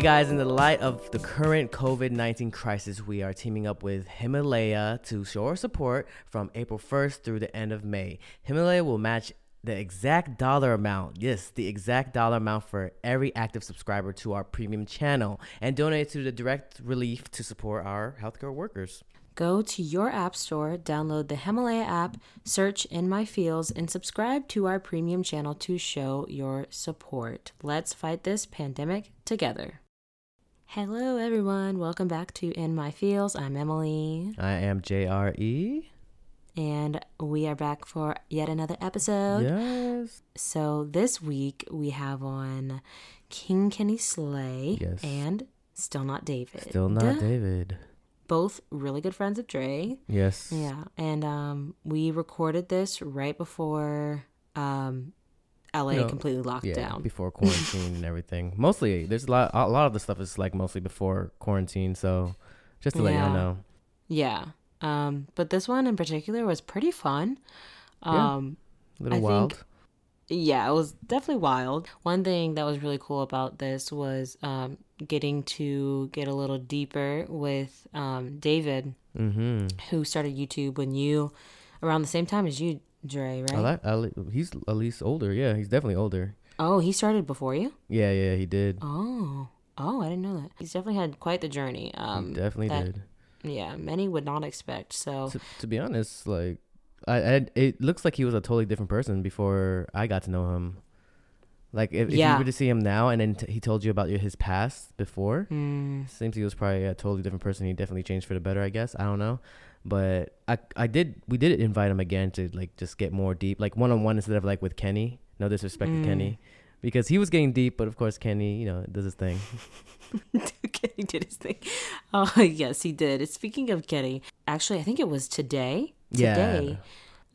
guys, in the light of the current COVID 19 crisis, we are teaming up with Himalaya to show our support from April 1st through the end of May. Himalaya will match the exact dollar amount, yes, the exact dollar amount for every active subscriber to our premium channel and donate to the direct relief to support our healthcare workers. Go to your app store, download the Himalaya app, search In My Fields, and subscribe to our premium channel to show your support. Let's fight this pandemic together. Hello, everyone. Welcome back to In My Fields. I'm Emily, I am E. JRE. and we are back for yet another episode. Yes. So, this week we have on King Kenny Slay Yes. and Still Not David. Still not David. Both really good friends of Dre. Yes. Yeah, and um, we recorded this right before um, LA You know, completely locked yeah, down. before quarantine and everything. Mostly, there's a lot. A lot of the stuff is like mostly before quarantine. So, just to let y'all Yeah. know, Yeah, um, but this one in particular was pretty fun. Yeah. Um, a little I think- wild. yeah, it was definitely wild. One thing that was really cool about this was um, getting to get a little deeper with um, David, mm-hmm. who started YouTube when you around the same time as you, Dre, right? I like. I li- he's at least older. Yeah, he's definitely older. oh, he started before you. Yeah, yeah, he did. Oh, oh, I didn't know that. He's definitely had quite the journey. Um, definitely that- did. Yeah, many would not expect. So To, to be honest, like, I, I, it looks like he was a totally different person before I got to know him. Like, if, if Yeah. you were to see him now, and then t- he told you about your, his past before, seems he was probably a totally different person. He definitely changed for the better, I guess. I don't know, but I I did we did invite him again to like just get more deep, like one on one instead of like with Kenny. No disrespect to Kenny, because he was getting deep, but of course Kenny, you know, does his thing. Kenny did his thing. Oh yes, he did. And Speaking of Kenny, actually, I think it was today. Yeah. Today,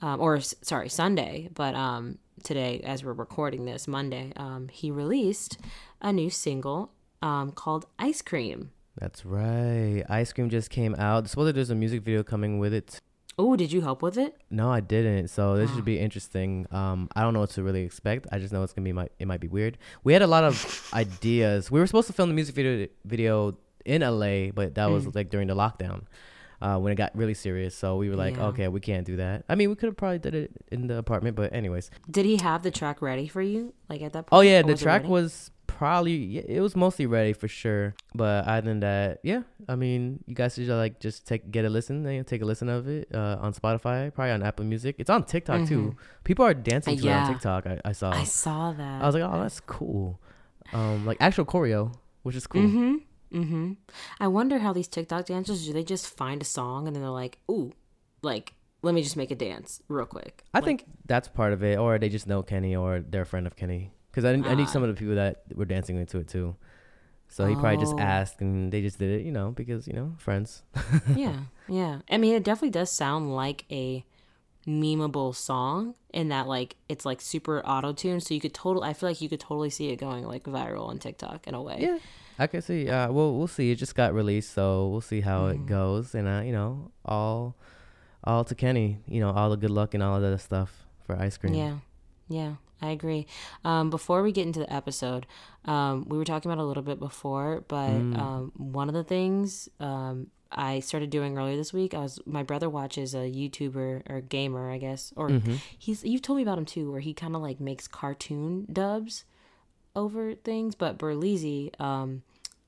um, or s- sorry, Sunday. But um, today, as we're recording this, Monday, um, he released a new single um, called "Ice Cream." That's right. Ice cream just came out. Supposedly there's a music video coming with it Oh, did you help with it? No, I didn't. So this should be interesting. Um, I don't know what to really expect. I just know it's gonna be my. It might be weird. We had a lot of ideas. We were supposed to film the music video video in LA, but that was like during the lockdown, uh, when it got really serious. So we were like, Yeah. okay, we can't do that. I mean, we could have probably did it in the apartment, but anyways. Did he have the track ready for you? Like at that point? Oh yeah, Or the was it track ready? was probably yeah, it was mostly ready for sure. But other than that, yeah, I mean, you guys should like just take get a listen, you know, take a listen of it uh, on Spotify, probably on Apple Music. It's on TikTok too. People are dancing to it Mm-hmm. Yeah. on TikTok. I, I saw. I I, saw that. was like, oh, that's cool. Um, like actual choreo, which is cool. Mm-hmm. I wonder how these TikTok dancers do. They just find a song and then they're like, "Ooh, like let me just make a dance real quick." I think that's part of it, or they just know Kenny, or they're a friend of Kenny. Because I, Ah. I knew some of the people that were dancing into it too. So he probably just Oh. asked, and they just did it, you know, because you know, friends. yeah, yeah. I mean, it definitely does sound like a memeable song in that like it's like super auto tuned, so you could total. I feel like you could totally see it going like viral on TikTok in a way. Yeah, I can see. Uh, well, we'll see. It just got released, so we'll see how Mm-hmm. it goes. And uh, you know, all, all to Kenny. You know, all the good luck and all of that stuff for ice cream. Yeah, yeah, I agree. Um, before we get into the episode, um, we were talking about it a little bit before, but um, one of the things um, I started doing earlier this week, I was my brother watches a YouTuber or gamer, I guess, or he's you've told me about him too, where he kind of like makes cartoon dubs over things, but Berlizzi, um,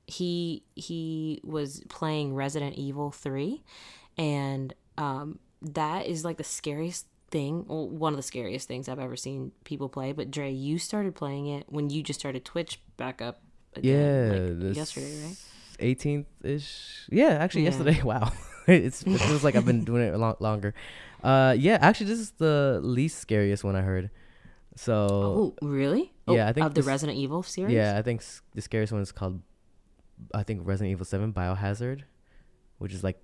he he was playing Resident Evil three, and um, that is like the scariest thing, well, one of the scariest things I've ever seen people play. But Dre, you started playing it when you just started Twitch back up. Yeah. again, like this yesterday, right? 18th ish. Yeah, actually, Yeah. yesterday. Wow. it's, it feels like I've been doing it a lot longer. Uh, yeah, actually, this is the least scariest one I heard. So. Oh, really? uh, yeah, Oh, I think of the this- Resident Evil series. Yeah, I think s- the scariest one is called, I think Resident Evil Seven Biohazard, which is like,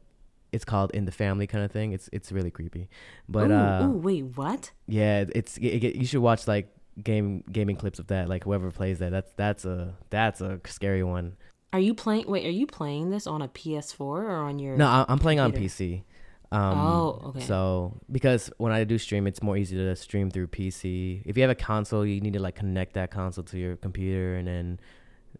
it's called in the family kind of thing. It's it's really creepy, but Ooh, uh, ooh, wait, what? yeah, it's it, it, you should watch like game gaming clips of that. Like whoever plays that, that's that's a that's a scary one. Are you playing? Wait, are you playing this on a PS4 or on your? No, I, I'm playing on PC. Um, Oh, okay. So because when I do stream, it's more easy to stream through PC. If you have a console, you need to like connect that console to your computer and then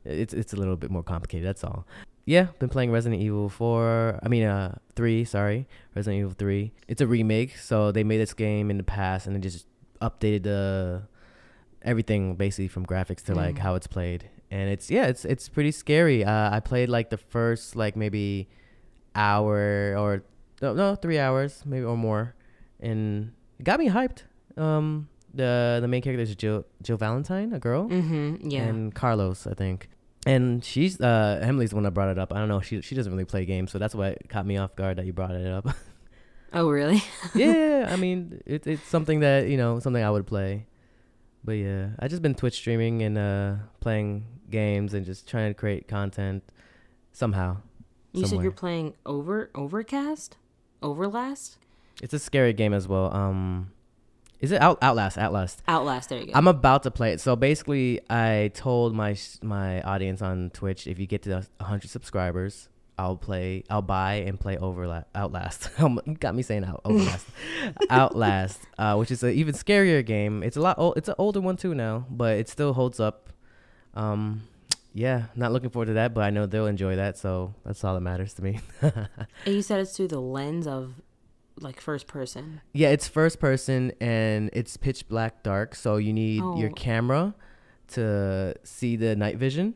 It's it's a little bit more complicated. That's all. Yeah, been playing Resident Evil 4. I mean, uh, 3. Sorry, Resident Evil 3. It's a remake, so they made this game in the past and they just updated the everything basically from graphics to like Mm. how it's played. And it's yeah, it's it's pretty scary. Uh, I played like the first like maybe hour or no, no three hours maybe or more, and it got me hyped. Um, the the main character is Jill Jill Valentine, a girl Mm-hmm. Yeah. and Carlos, I think. And she's uh Emily's the one that brought it up. I don't know. She she doesn't really play games, so that's why it caught me off guard that you brought it up. oh, really? yeah, I mean it, it's something that you know something I would play. But yeah, I just been Twitch streaming and uh playing games and just trying to create content somehow. You said Somewhere. you're playing over Overcast, Overlast, It's a scary game as well. Um, is it out Outlast? Outlast. Outlast. There you go. I'm about to play it. So basically, I told my s- my audience on Twitch, if you get to 100 subscribers, I'll play, I'll buy and play Overla- Outlast. Um, you Got me saying out Overlast, Outlast, uh, which is an even scarier game. It's a lot. Old, it's an older one too now, but it still holds up. Um, yeah, not looking forward to that, but I know they'll enjoy that. So that's all that matters to me. and you said it's through the lens of like first person. Yeah, it's first person and it's pitch black dark, so you need your Oh. camera to see the night vision.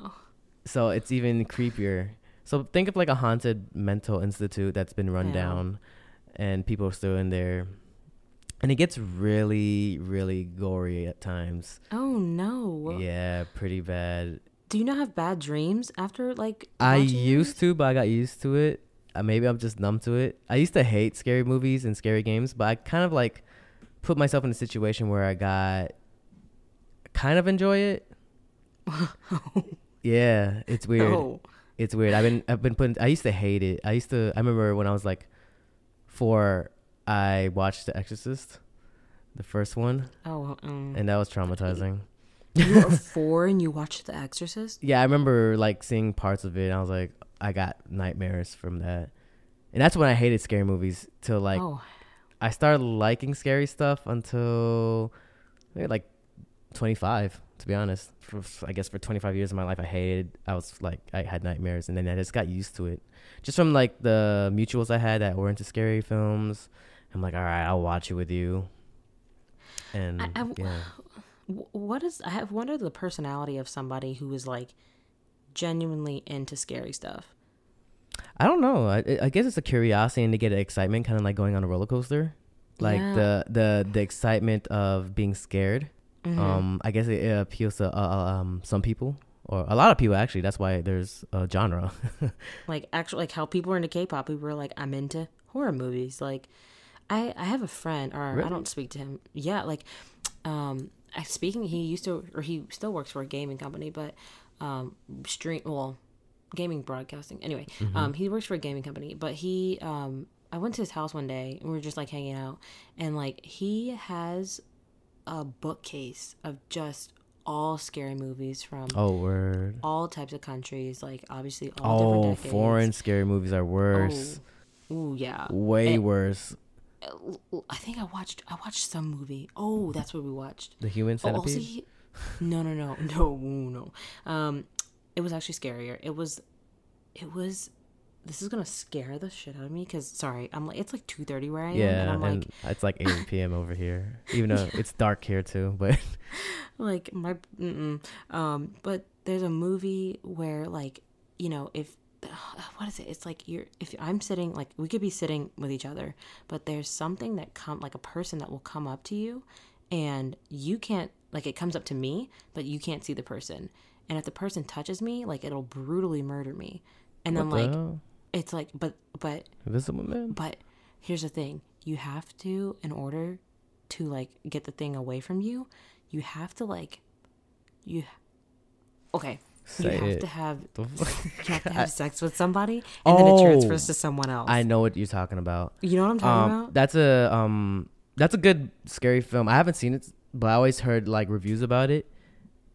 Oh. So it's even creepier. So think of like a haunted mental institute that's been run Yeah. down and people are still in there. And it gets really, really gory at times. Oh no. Yeah, pretty bad. Do you not have bad dreams after like? I watching used to, but I got used to it. Uh, maybe I'm just numb to it. I used to hate scary movies and scary games, but I kind of like put myself in a situation where I got kind of enjoy it. yeah, it's these? weird. Oh. It's weird. I've been I've been putting. I used to hate it. I used to. I remember when I was like four, I watched The Exorcist, the first one, Oh. well, Um, and that was traumatizing. you were four and you watched The Exorcist. Yeah, I remember like seeing parts of it. And I was like, I got nightmares from that, and that's when I hated scary movies. Till like oh. I started liking scary stuff until maybe like 25. To be honest, for, I guess for 25 years of my life, I hated. I was like, I had nightmares, and then I just got used to it, just from like the mutuals I had that were into scary films. I'm like, all right, I'll watch it with you. And I- I- yeah. Wh- What is? I have wondered the personality of somebody who is like genuinely into scary stuff. I don't know. I, I- I guess it's a curiosity and to get an excitement, kind of like going on a roller coaster, like Yeah. the the the excitement of being scared. Mm-hmm. Um, I guess it, it appeals to uh, uh, um some people or a lot of people actually. That's why there's a genre. like actually like how people are into K-pop. People were like, I'm into horror movies. Like, I I have a friend, or I Really? don't speak to him. Yeah, like, um, I, speaking he used to or he still works for a gaming company, but um, stream well, gaming broadcasting. Anyway, Mm-hmm. um, he works for a gaming company, but he um, I went to his house one day and we were just like hanging out, and like he has a bookcase of just all scary movies from oh, word. all types of countries like obviously all different Oh, decades. foreign scary movies are worse, Oh, Ooh, yeah. way Eh. worse. L- l- I think I watched I watched some movie. Oh, that's what we watched. The human Oh, also centipede. he- No, no, no. No, ooh, no. Um it was actually scarier. It was it was this is going to scare the shit out of me cuz sorry, I'm like it's like 2:30 where I am yeah, and I'm like and it's like 8 p.m. over here. Even though it's dark here too, but like my mm-mm. um but there's a movie where like you know if what is it it's like you're if i'm sitting like we could be sitting with each other but there's something that come like a person that will come up to you and you can't like it comes up to me but you can't see the person and if the person touches me like it'll brutally murder me and I'm What the like hell? it's like but but Invisible Man. but here's the thing you have to, in order to like get the thing away from you, you have to like, you, okay, Say you have it. to have. The fuck? You have to have sex with somebody, and then it transfers Oh. to someone else. I know what you're talking about. you know what I'm talking um, about? that's a um, that's a good scary film. I haven't seen it, but I always heard like reviews about it.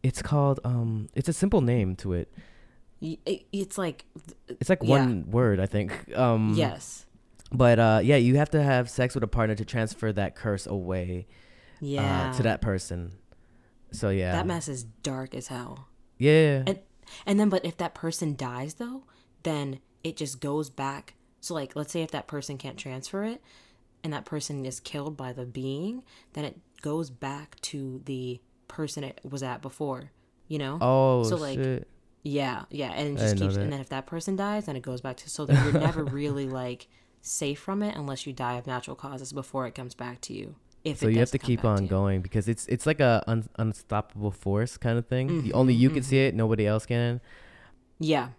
It's called um, it's a simple name to it. Y- it- it's like, It's like Yeah. one word, I think. Um, yes, But Mm-hmm. uh, yeah, you have to have sex with a partner to transfer that curse away yeah. uh, to that person. So yeah, That mess is dark as hell. Yeah. And and then but if that person dies though, then it just goes back. So like let's say if that person can't transfer it and that person is killed by the being, then it goes back to the person it was at before, you know? oh so, like, shit. Yeah, yeah, and it I just didn't know keeps that. and then if that person dies, then it goes back to so that you're never really like safe from it unless you die of natural causes before it comes back to you. If So it you have to does come keep back on you. going because it's it's like a un- unstoppable force kind of thing. You- only you Mm-hmm. can see it, nobody else can. Yeah,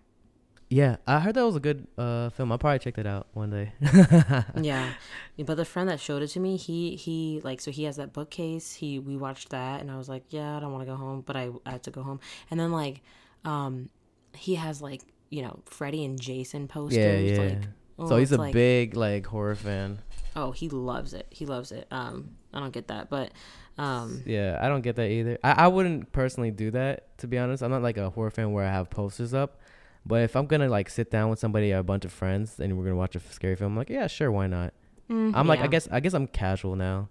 Yeah, I heard that was a good uh, film. I'll probably check that out one day. yeah but the friend that showed it to me he he like so he has that bookcase he we watched that and i was like yeah i don't want to go home but I, I had to go home and then like um he has like you know freddy and jason posters yeah, yeah. like oh, so he's it's a like- big like horror fan. oh he loves it he loves it um i don't get that but um Yeah, I don't get that either. I, I wouldn't personally do that to be honest. I'm not like a horror fan where I have posters up. But if I'm gonna like sit down with somebody or a bunch of friends and we're gonna watch a f- scary film, I'm like, yeah, sure, why not? mm, I'm like, yeah. I guess, I guess I'm casual now.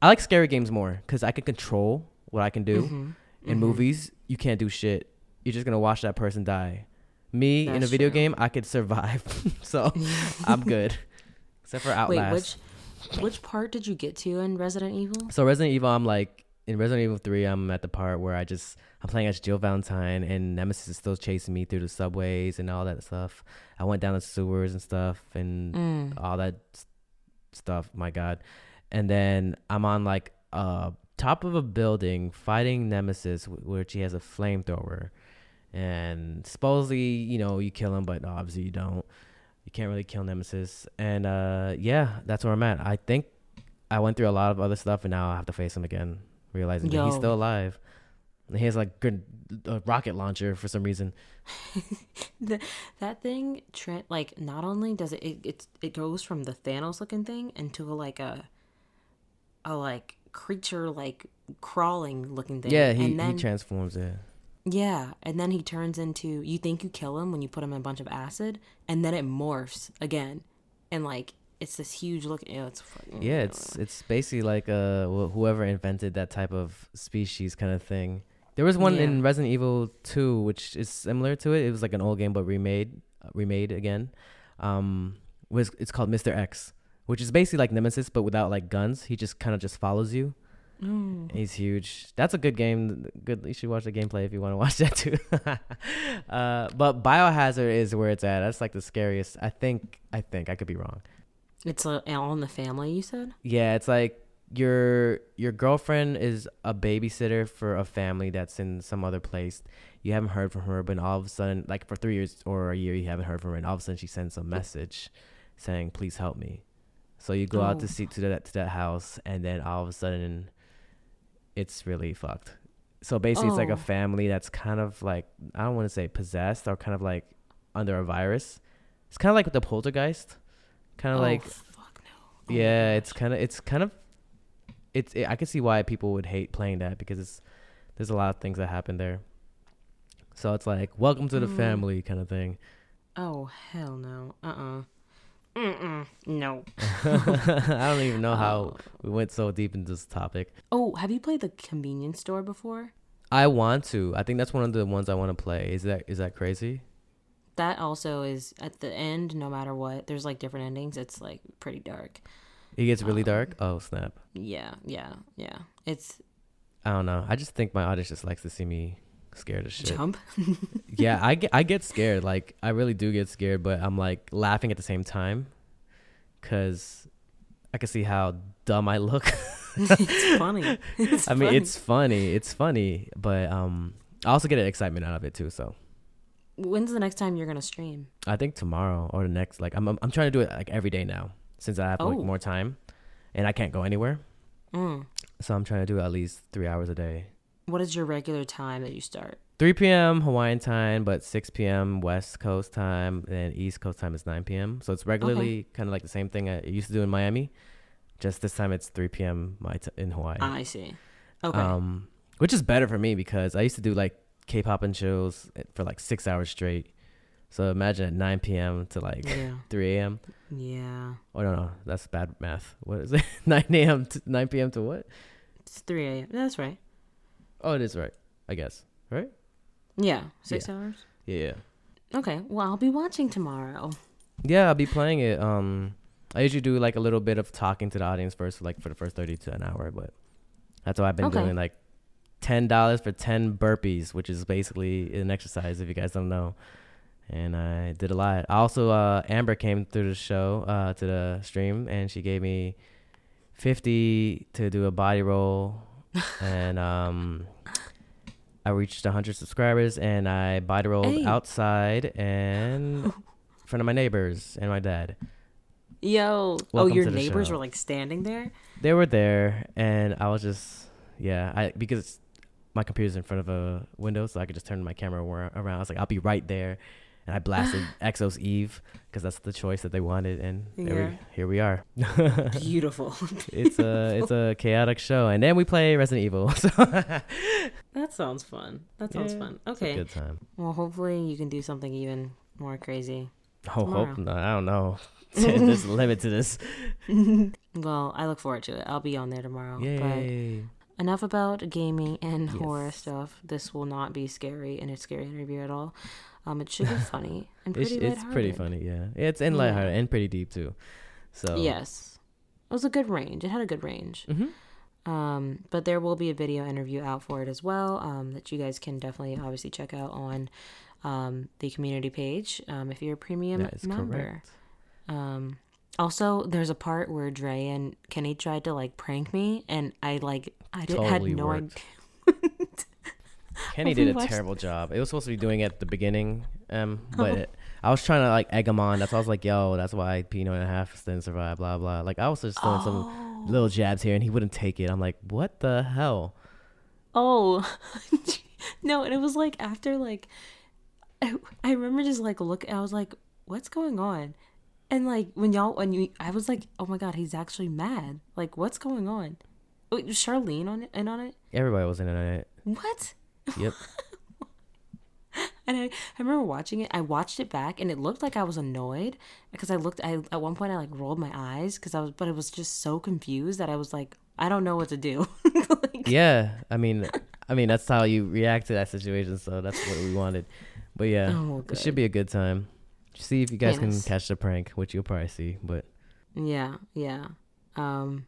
I like scary games more because I can control what I can do. Mhm. In Mhm. movies, you can't do shit. You're just gonna watch that person die. Me in a That's video true. game, I could survive, so I'm good. Except for Outlast. wait which which part did you get to in resident evil So Resident Evil, I'm like in Resident Evil Three, I'm at the part where I just I'm playing as Jill Valentine, and Nemesis is still chasing me through the subways and all that stuff. I went down the sewers and stuff, and Mm. all that s- stuff. My God. And then I'm on like uh top of a building fighting Nemesis, wh- which he has a flamethrower. And supposedly, you know, you kill him, but obviously you don't. You can't really kill Nemesis. And uh yeah, that's where I'm at. I think I went through a lot of other stuff, and now I have to face him again, realizing that he's Yo. still alive. And he has like good a rocket launcher for some reason. That thing, Trent, like not only does it it it, it goes from the Thanos looking thing into like a a like creature like crawling looking thing. Yeah, he, and then he transforms it. yeah, and then he turns into you think you kill him when you put him in a bunch of acid, and then it morphs again, and like it's this huge look. You know, it's fucking- Yeah, it's it's basically like uh wh- whoever invented that type of species kind of thing. There was one in Yeah. Resident Evil 2 which is similar to it. It was like an old game but remade uh, remade again. Um was it's called Mr. X, which is basically like Nemesis but without like guns. He just kind of just follows you. Mm. He's huge. That's a good game. Good. You should watch the gameplay if you want to watch that too. uh, but Biohazard is where it's at. That's like the scariest. I think. I think I could be wrong. it's uh, all in the family. You said Yeah, it's like your your girlfriend is a babysitter for a family that's in some other place. You haven't heard from her, but all of a sudden, like for three years or a year, you haven't heard from her, and all of a sudden, she sends a message saying, "Please help me." So you go out Oh. to see to that to that house, and then all of a sudden, it's really fucked. So basically, it's like Oh. a family that's kind of like I don't want to say possessed or kind of like under a virus. It's kind of like the poltergeist, kind of oh, like fuck no. Oh my yeah gosh. it's kind of it's kind of it's it, i can see why people would hate playing that because it's there's a lot of things that happen there so it's like welcome to the Mm. family kind of thing oh hell no. Uh uh-uh. uh. No. i don't even know how Oh. we went so deep into this topic Oh, have you played the convenience store before? i want to i think that's one of the ones i want to play is that is that crazy That also is at the end, no matter what. There's like different endings. It's like pretty dark. it gets really dark oh snap Yeah, yeah, yeah. It's i don't know i just think my audience just likes to see me scared as shit jump. yeah I get, I get scared like i really do get scared but i'm like laughing at the same time because i can see how dumb i look it's funny. It's i mean funny. it's funny it's funny but um i also get an excitement out of it too so When's the next time you're gonna stream? i think tomorrow or the next like i'm, I'm, I'm trying to do it like every day now since i have like, Oh. more time and i can't go anywhere Mm. so i'm trying to do at least three hours a day What is your regular time that you start? 3 p.m. Hawaiian time, but 6 p.m. West Coast time, and East Coast time is 9 p.m. So it's regularly kind of like the same thing I used to do in Miami, just this time it's 3 p.m. my t- in Hawaii, I see. Ah, Okay. um, which is better for me because I used to do like K-pop and chills eh, for like six hours straight. So imagine at 9 p.m. to like yeah. 3 a.m. Yeah. Oh no, no, that's bad math. What is it? 9 a.m. to 9 p.m. to what? It's 3 a.m. That's right. Oh, it is right, I guess. right? Yeah, six hours. Yeah, yeah. Okay, well I'll be watching tomorrow. Yeah, I'll be playing it. Um, I usually do like a little bit of talking to the audience first, like for the first thirty to an hour. But that's why I've been Okay. doing like ten dollars for ten burpees, which is basically an exercise if you guys don't know. And I did a lot. I also, uh, Amber came through the show uh, to the stream, and she gave me fifty to do a body roll, and um, I reached hundred subscribers, and I body rolled Hey. outside and in front of my neighbors and my dad. Yo, Welcome oh your to the neighbors show. were like standing there. they were there and i was just yeah i because my computer's in front of a window so i could just turn my camera where- around i was like i'll be right there and i blasted exos eve because that's the choice that they wanted and there Yeah. we, here we are Beautiful. it's a it's a chaotic show and then we play resident evil so that sounds fun. That sounds Yeah, fun. it's a Okay. good time Well, hopefully you can do something even more crazy. oh Tomorrow. hope not i don't know there's a limit to this Well, I look forward to it. I'll be on there tomorrow. yay But enough about gaming and horror Yes. stuff. This will not be scary in a scary interview at all. Um, it should be funny and it's, pretty. it's pretty lighthearted. funny yeah it's and Yeah. lighthearted and pretty deep too so Yes, it was a good range. It had a good range. Mhm. Um, but there will be a video interview out for it as well um, that you guys can definitely obviously check out on um, the community page um, if you're a premium that is member. correct Um, also, there's a part where Dre and Kenny tried to like prank me, and I like I did, had Totally no idea. worked. Kenny Have we did a watched- terrible job. It was supposed to be doing it at the beginning, um, but it, I was trying to like egg him on. That's why I was like, "Yo, that's why Pino and a half didn't survive." Blah blah. Like I was just throwing some little jabs here, and he wouldn't take it. I'm like, "What the hell?" Oh, no! And it was like after like I, I remember just like look. I was like, what's going on? And like when y'all when you, I was like, oh my god, he's actually mad. Like what's going on? Wait, was Charlene on it and on it. Everybody was in on it. What? Yep. And I, I remember watching it. I watched it back, and it looked like I was annoyed because I looked. I at one point I like rolled my eyes because I was, but I was just so confused that I was like, I don't know what to do. like, yeah. I mean, I mean that's how you react to that situation. So that's what we wanted. But yeah, Oh, it should be a good time. See if you guys can Yes. catch the prank, which you'll probably see. But yeah, yeah. Um,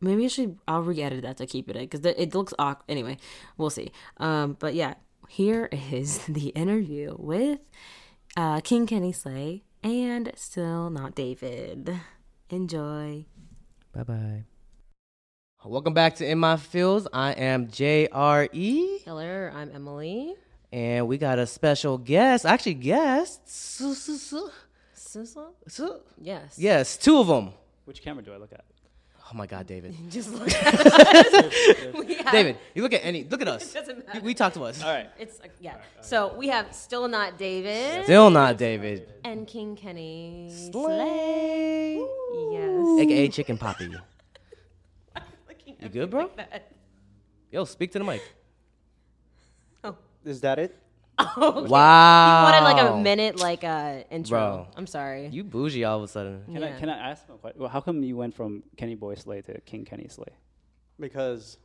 maybe I should. I'll re-edit that to keep it in because it looks awkward. Anyway, we'll see. Um, but yeah, here is the interview with uh, King Kenny Slay and still not David. Enjoy. bye bye. Welcome back to In My Fields. I am J R E. Hello, I'm Emily. And we got a special guest, actually guests. Su- su- su- Sizzle? su- Yes. Yes, two of them. Which camera do I look at? Oh my God, David. Just look at David, you look at any. Look at us. doesn't matter. We talk to us. All right. It's uh, yeah. So we have still not David Still not David. and King Kenny. Slay. Yes. AKA Chicken Poppy. You good, bro? Yo, speak to the mic. Is that it? Wow. wanted Oh. like a minute like uh intro. Bro. I'm sorry. You bougie all of a sudden. Can I Yeah. can I ask? What, well, how come you went from Kenny Boy Slay to King Kenny Slay? Because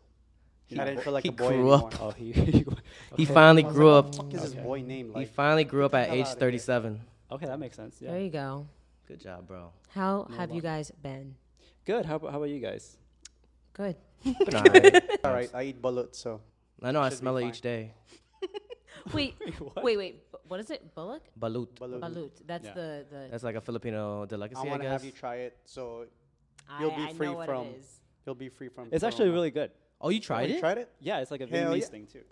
I didn't feel like he a boy grew anymore. up. Oh, he, he- He finally grew up. What the fuck is this boy name He like? finally grew up at hell age outta here. 37. okay, that makes sense. There Yeah, you go. Good job, bro. How have you guys been? good. How about how about you guys? Good. Been all right. All right, I eat bullet, so I know I smell it each day. Wait, wait, wait. bu- What is it? Bullock? Balut. bullet. Balut. That's Yeah. the the. That's like a Filipino I delicacy, I, want to guess. have you try it, so I, You'll be I free know what from- it is. you'll be free from. It's actually corona. really good. oh, you tried You it? tried it? Yeah, it's like a Hell Vietnamese yeah. thing too.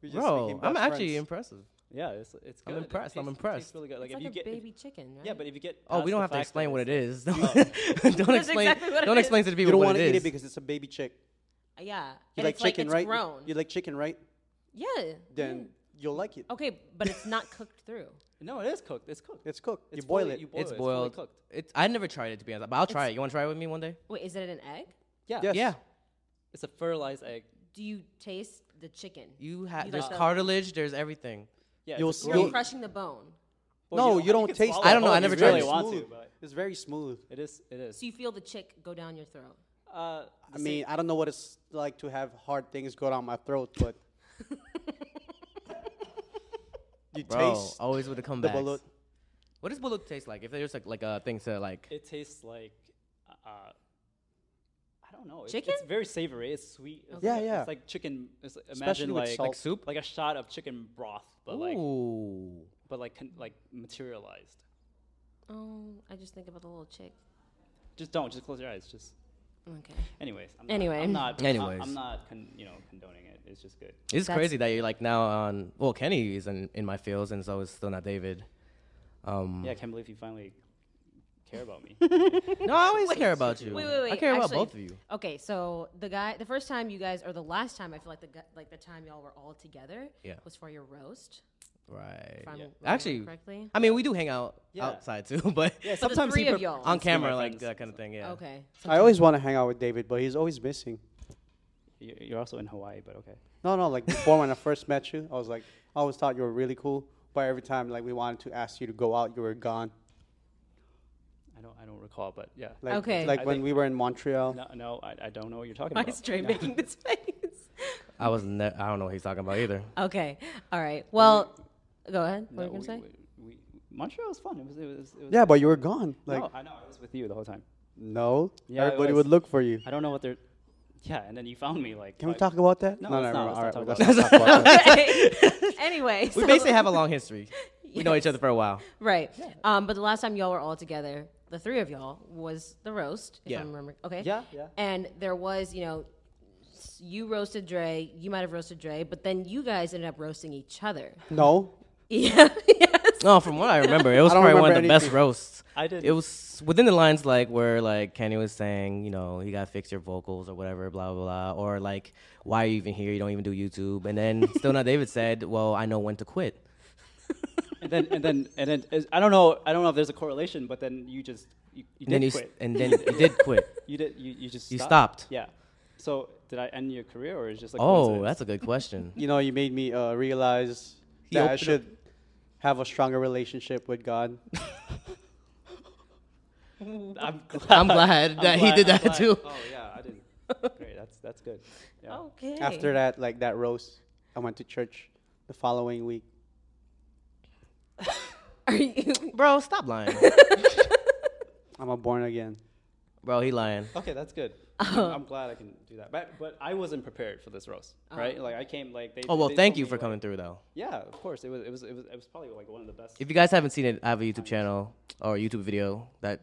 We just Bro, became I'm best actually friends. impressive. Yeah, it's it's I'm impressed, I'm good. It tastes- it tastes impressed. really good. Like It's like if you a get baby chicken, right? yeah, but if you get Oh, past we don't the have to fact explain what that it is. it's- Don't, don't explain. exactly what don't it explain to the people You don't what want to it eat is. it because it's a baby chick. yeah. You and like it's chicken, like, it's right? You- Grown. You like chicken, right? yeah. Mm. Then Mm. yeah. you'll like it. Okay, but it's not cooked through. No, it is cooked. It's cooked. It's cooked. It's you boil fully- it. You boil It's it. fully boiled. cooked. It's, I never tried it to be honest, but I'll try it. You want to try it with me one day? Wait, is it an egg? Yeah. Yes. Yeah. It's a fertilized egg. Do you taste the chicken? You have. You There's like the- cartilage. There's everything. Yeah. You'll it's a see- You're grilled- You'll- crushing the bone, well, No, you I don't think taste. it's I don't know, swallowed I if never you tried really it. want to, Smooth. but It's very smooth. it is. It is. so you feel the chick go down your throat. Uh, I mean, I don't know what it's like to have hard things go down my throat, but You Bro, oh. taste always with the the comebacks. balut. What does balut taste like? If there's like like a thing to like, It tastes like, uh, I don't know. It- It's Chicken? very savory. It's sweet. It's Yeah, like, yeah. It's like chicken. It's, like- Especially imagine with like salt. like soup. like a shot of chicken broth, but like Ooh, but like con- like materialized. Oh, I just think about the little chick. Just don't. Just close your eyes. Just Okay. anyways. I'm Anyway. Not, I'm not. I- Anyways. I'm not. Con- you know, condoning it. It's just good. it's That's- crazy that you're like now on. Well, Kenny is in, in my fields, and so it's still not David. Um, Yeah, I can't believe you finally care about me. no, I always Wait, care about you. Wait, wait, wait. I care Actually, about both of you. Okay, so the guy, the first time you guys, or the last time, I feel like the gu- like the time y'all were all together Yeah. was for your roast. Right. If I'm remembering Actually, correctly. I mean, we do hang out Yeah. outside too, but yeah, But the sometimes he three of prep- y'all. on see my camera, like friends. that kind of thing. Yeah. Okay. I always want to hang out with David, but he's always missing. You- You're also in Hawaii, but okay. No, no. Like before, when I first met you, I was like, I always thought you were really cool. But every time, like we wanted to ask you to go out, you were gone. I don't. I don't recall, but yeah. Like, Okay. Like I when think- we were in Montreal. No, no, I, I don't know what you're talking Why about. is Dre making this face? I was. Ne- I don't know what he's talking about either. Okay. All right. Well, go ahead. What No, were you gonna we- say? We, we, Montreal was fun. It was. It was. It was Yeah, but you were gone. Like no, Oh, I know. I was with you the whole time. no, Yeah, I everybody was. would look for you. I don't know what they're. Yeah, and then you found me like. Can we five- talk about that? No, let's not- let's not talk alright, let's not talk about that. anyway, We so- basically have a long history. We know each other for a while. right. Um, but the last time y'all were all together, the three of y'all was the roast. If Yeah. I'm remembering. Okay. Yeah, yeah. And there was, you know, s- you roasted Dre. You might have roasted Dre, but then you guys ended up roasting each other. No, Yeah. yes. No, from what I remember, it was I don't probably one of the remember best anything. roasts. I did. It was within the lines like where like Kenny was saying, you know, you gotta fix your vocals or whatever, blah blah blah, or like why are you even here? You don't even do YouTube. And then still not David said, well, I know when to quit. And then and then and then is- I don't know. I don't know if there's a correlation, but then you just you, you And then did you s- quit. and then you did quit. you did. You, you just You stopped. Yeah. So did I end your career or is it just like? Oh, that's a good question. you know, you made me uh, realize He that I opened up- should have a stronger relationship with God. I'm glad. I'm glad that he did I'm that too. Oh yeah, I didn't. Great. That's that's good. Yeah. Okay. After that, like that roast, I went to church the following week. Are you? Bro, stop lying. I'm a born again. Bro, he lying. Okay, that's good. I'm, I'm glad I can do that. But but I wasn't prepared for this roast, right? Like I came like they. Oh well, they thank told you me, for like- coming through though. Yeah, of course. It was it was it was it was probably like one of the best. If you guys haven't seen it, I have a YouTube channel or a YouTube video that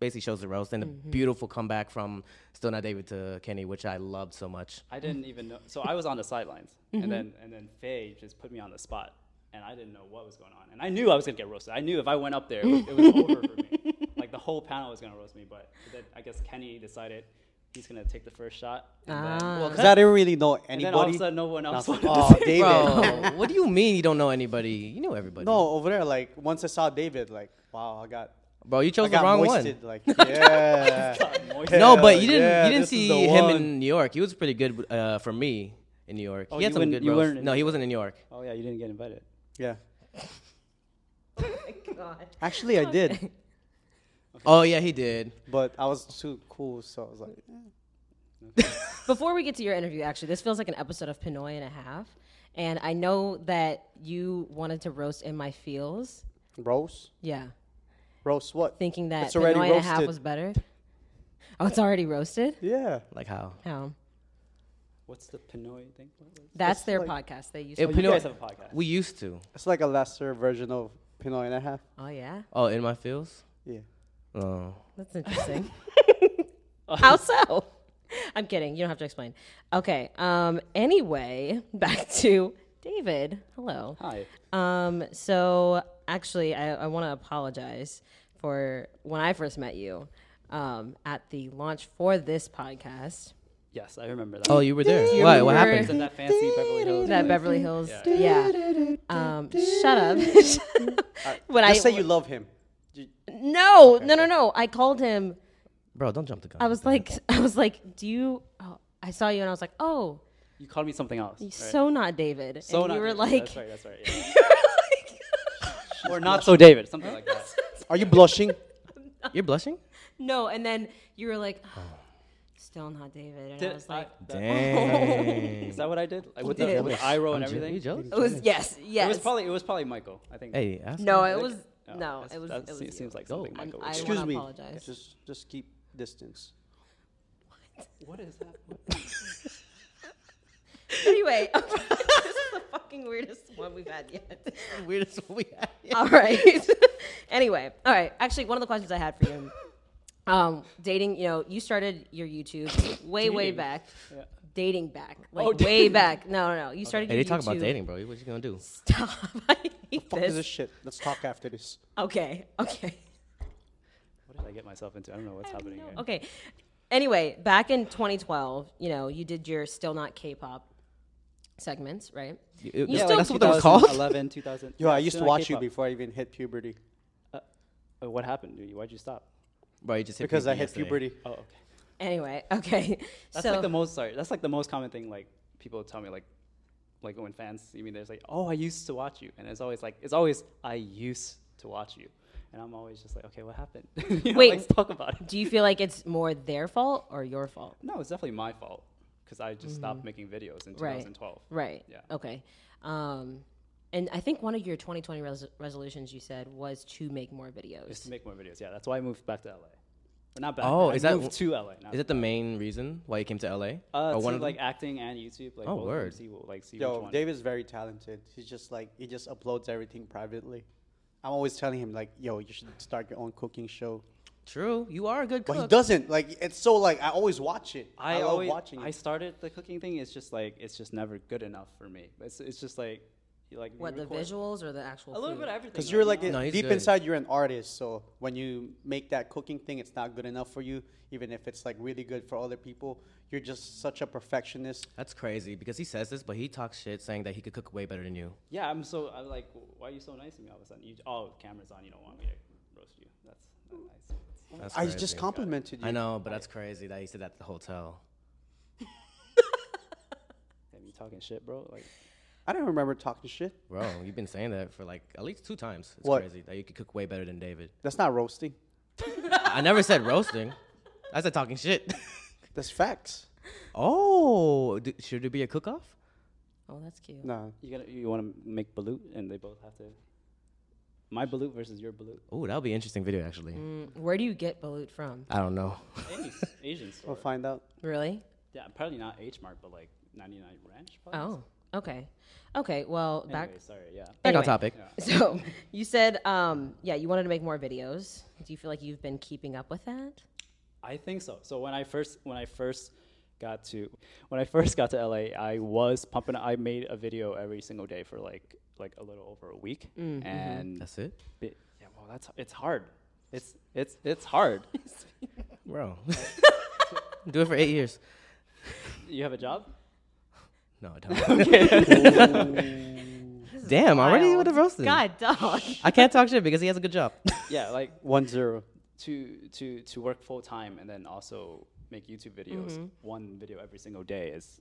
basically shows the roast and the beautiful comeback from Still Not David to Kenny, which I loved so much. I didn't even know. So I was on the sidelines, Mm-hmm. and then and then Faye just put me on the spot, and I didn't know what was going on. And I knew I was gonna get roasted. I knew if I went up there, it was, it was over for me. Like the whole panel was gonna roast me. But then I guess Kenny decided he's gonna take the first shot. And then, Ah. 'Cause I didn't really know and then all of a anybody. sudden, no one And I else. was like, wanted to oh, say- David. Bro, what do you mean you don't know anybody? You knew everybody. No, over there, like once I saw David, like wow, I got bro, you I chose the got wrong moisted. one. Like yeah, No, Yeah, but you didn't. yeah, you didn't this is see the him one. in New York. He was pretty good uh, for me in New York. Oh, he had you some weren't- good you roasts. weren't in No, New he wasn't in New York. Oh yeah, you didn't get invited. yeah. oh God. Actually, I did, Oh yeah, he did. but I was too cool, so I was like, eh. Before we get to your interview, actually, this feels like an episode of Pinoy and a half. And I know that you wanted to roast in my feels. roast, Yeah. roast what? Thinking that It's already Pinoy and a half roasted. was better. Oh, it's already roasted? Yeah, Like how? No. What's the Pinoy thing? What was- That's their like- podcast. They used It- to. You Pinoy- guys have a podcast. we used to. it's like a lesser version of Pinoy and a half. Oh, yeah. Oh, in my fields. Yeah. Oh, That's interesting. How so? I'm kidding. You don't have to explain. Okay. Um, anyway, back to David. Hello. Hi. Um, so actually, I, I want to apologize for when I first met you um, at the launch for this podcast, Yes, I remember that. oh, you were there. Why? What remember- happened? It's in that fancy Beverly Hills. that place. Beverly Hills. Yeah. Um, shut up. Uh, when I Just say you love him. no no no no, I called him. Bro, don't jump the gun. I was like I was like, do you? Oh, I saw you and I was like, oh, You called me something else. right? so not David. So and not you were David. like, That's right. That's right. Yeah. or not so David. Something like that. Are you blushing? you're blushing. no, and then you were like. "Oh, Stone hot David, and I Oh. Did- was like, I- that- Dang. is that what I did? Like, with did the it. with the eye roll and I'm jo- everything. You joking? it was yes, yes. It was probably it was probably Michael. I think. Hey, that's No, it was Oh, no, that's- it was That it was se- you. seems like something Oh. Michael. And would I do. wanna Excuse me. apologize. Just just keep distance. What is that? anyway, this is the fucking weirdest one we've had yet. the weirdest one we had. all right. anyway, all right. Actually, one of the questions I had for you, um, dating. You know, you started your YouTube way, way Dating. back. Yeah. Dating back, like Oh, way dating. back. No, no, no. You started. Hey, your they talk YouTube. about dating, bro. What you gonna do? Stop. I hate Fuck is this this. shit. Let's talk after this. Okay. Okay. What did I get myself into? I don't know what's happening here. Okay. Anyway, back in 2012, you know, you did your still not K-pop segments, right? You- Yeah, yeah, like that's what they were called. 2011, 2000. Yo, yeah, I used to soon watch you K-pop. before I even hit puberty Uh, What happened? dude? Why'd you stop? Bro, you just hit because I hit yesterday. puberty. Oh, okay. Anyway, okay. That's so like the most. Sorry, that's like the most common thing. Like people tell me, like, like when fans see me, they're just like, "Oh, I used to watch you," and it's always like, it's always I used to watch you, and I'm always just like, okay, what happened? You know, Wait. let's talk about it. do you feel like it's more their fault or your fault? No, it's definitely my fault because I just Mm-hmm. stopped making videos in Right. 2012. Right. Yeah. Okay. Um, and I think one of your 2020 res- resolutions you said was to make more Just videos. to make more videos. Yeah, that's why I moved back to LA. Or not back. Oh, I is that- moved to LA? Not Is that the main reason why you came to LA? Uh, Or to, one of like like, acting and YouTube. Like, Oh, both of them, word. See, what- like, see which Yo, one. David's very talented. He's just like he just uploads everything privately. I'm always telling him like, yo, you should start your own cooking show. True, you are a good But he cook. doesn't. Like it's so like I always watch it. I, I, love always watching I it. started the cooking thing. It's just like it's just never good enough for me. It's it's just like you like What the record- visuals or the actual? A little food? bit of everything. Because you're like you know? No, he's deep good. inside, you're an artist. So when you make that cooking thing, it's not good enough for you, even if it's like really good for other people. You're just such a perfectionist. That's crazy because he says this, but he talks shit saying that he could cook way better than you. yeah. I'm so I'm like, why are you so nice to me all of a sudden? You oh, camera's on. You don't want me to roast you. That's not nice. That's I crazy. just complimented you. I know, but that's crazy that he said that at the hotel. Uh, Damn, you talking shit, bro. Like I don't remember talking shit. Bro, you've been saying that for like at least two times. It's What? crazy that you could cook way better than David. That's not roasting. I never said roasting. I said talking shit. That's facts. oh, d- should it be a cook-off? Oh, that's cute. No. you gonna you want to make balut and they both have to. My balut versus your balut. Oh, that would be an interesting video actually. Mm, Where do you get balut from? I don't know. Any Asian store. We'll find out. Really? Yeah, apparently not H Mart, but like 99 Ranch. Probably. Oh, okay, okay. Well, Anyway, back sorry. Yeah. Back on Anyway. topic. So you said, um, yeah, you wanted to make more videos. Do you feel like you've been keeping up with that? I think so. So when I first when I first got to when I first got to LA, I was pumping. I made a video every single day for like like a little over a week, Mm, mm-hmm. and That's it, it- yeah, well, that's it's hard. It's it's it's hard. bro. Do it for eight years. you have a job? No, I don't. Damam already with the roasting. God, dog. I can't talk shit because he has a good job. Yeah, like One zero. to to to work full time and then also make YouTube videos, one video every single day is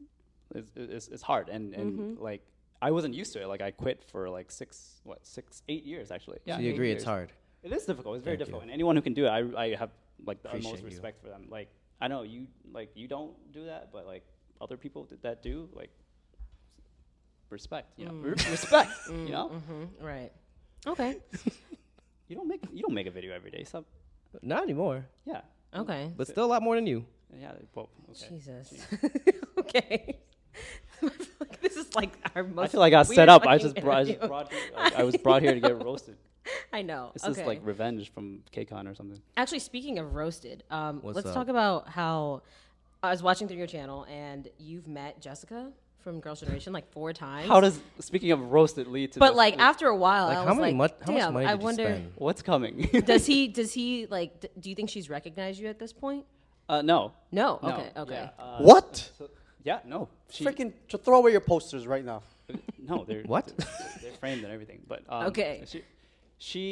is is, is hard. And and like I wasn't used to it. Like I quit for like six what six eight years actually. Yeah, Do you eight agree it's years. hard? It is difficult. It's very Thank difficult. you. And anyone who can do it, I, I have like the Appreciate utmost you. respect for them. Like I know you like you don't do that, but like other people that- that do like respect. You know, Re- respect. You know, mm. Mm-hmm, Right. Okay. you don't make you don't make a video every day. So Not anymore, yeah, Okay. but still a lot more than you. yeah. Well, okay. Jesus. okay. I feel like this is like our most. I feel like I got weird set up. I fucking just, brought, I just interview. brought here, like, I was brought here to get roasted. I know. This okay. is like revenge from KCON or something. Actually, speaking of roasted, um, What's let's up? talk about how I was watching through your channel and you've met Jessica from Girls Generation like four times. How does speaking of roasted lead to? but this? like after a while, Like I was how many like, much, how damn, much money I did wonder. you spend? what's coming? Does he? Does he like? D- do you think she's recognized you at this point? uh, no. No. No. Okay. Okay. Yeah, uh, What? so- yeah. No. She, Freaking to throw away your posters right now. No, they're What? They're, they're framed and everything. But um, Okay. she, she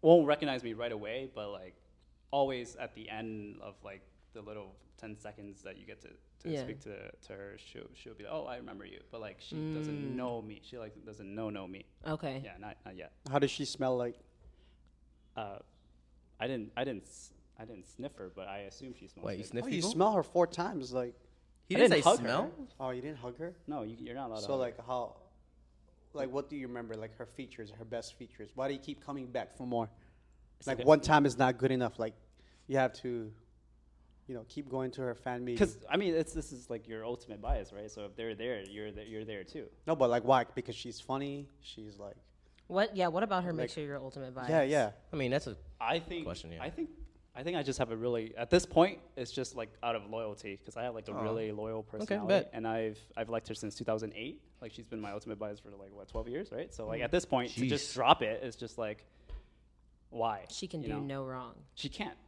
won't recognize me right away, but like always at the end of like the little ten seconds that you get to, to Yeah. speak to, to her, she'll she'll be like, oh, I remember you, but like she Mm. doesn't know me. She like doesn't know know me. Okay. Yeah, not not yet. How does she smell like? Uh, I didn't I didn't s- I I didn't sniff her, but I assume she smells. Wait, you good. sniff Oh, you people? smell her four times. Like, he I didn't, didn't say hug her. smell. oh, you didn't hug her. No, you, you're not allowed. So to like how, like what do you remember? Like her features, her best features. Why do you keep coming back for more? Like okay. one time is not good enough. Like you have to, you know, keep going to her fan meeting. because I mean, it's this is like your ultimate bias, right? So if they're there, you're th- you're there too. No, but like why? Because she's funny. She's like, What? Yeah. What about her? Make Like- sure your ultimate bias. yeah, yeah. I mean, that's a I think. question, yeah. I think. I think I just have a really at this point it's just like out of loyalty because I have like a really loyal personality bet. and I've I've liked her since 2008 like she's been my ultimate bias for like what 12 years right so like at this point to Jeez. just drop it is just like why She can you do know? no wrong. she can't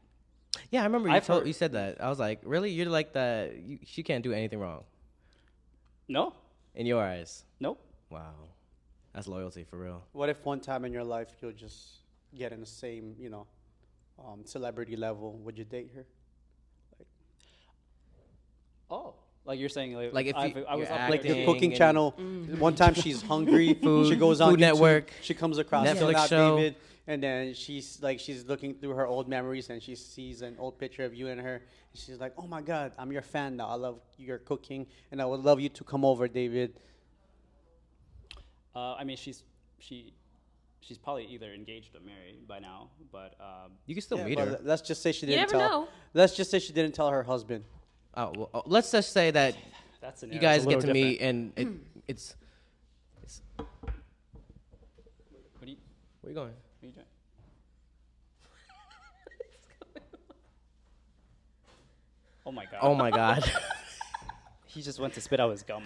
yeah. I remember you I've told heard- you said that. I was like, really? You're like that? You, she can't do anything wrong no in your eyes. nope Wow, that's loyalty for real. What if one time in your life you'll just get in the same, you know, um, celebrity level? Would you date her? Oh, like you're saying, like, Like, if I've- you- I was you're up Like late. acting- the Dang, cooking and- channel. One time she's hungry. she goes on Food YouTube, Network, She comes across Netflix Salat show. David, and then she's like she's looking through her old memories and she sees an old picture of you and her. And she's like, "Oh my God, I'm your fan now. I love your cooking, and I would love you to come over, David." Uh, I mean, she's she she's probably either engaged or married by now, but um, You can still Yeah, meet but her. let's just say she didn't never tell. know. Let's just say she didn't tell her husband. Oh, well, oh, let's just say that that's an you guys get to meet, and it, Hmm. it's What are you, where you going? what are you doing? Oh my god! Oh my god. He just went to spit out his gum.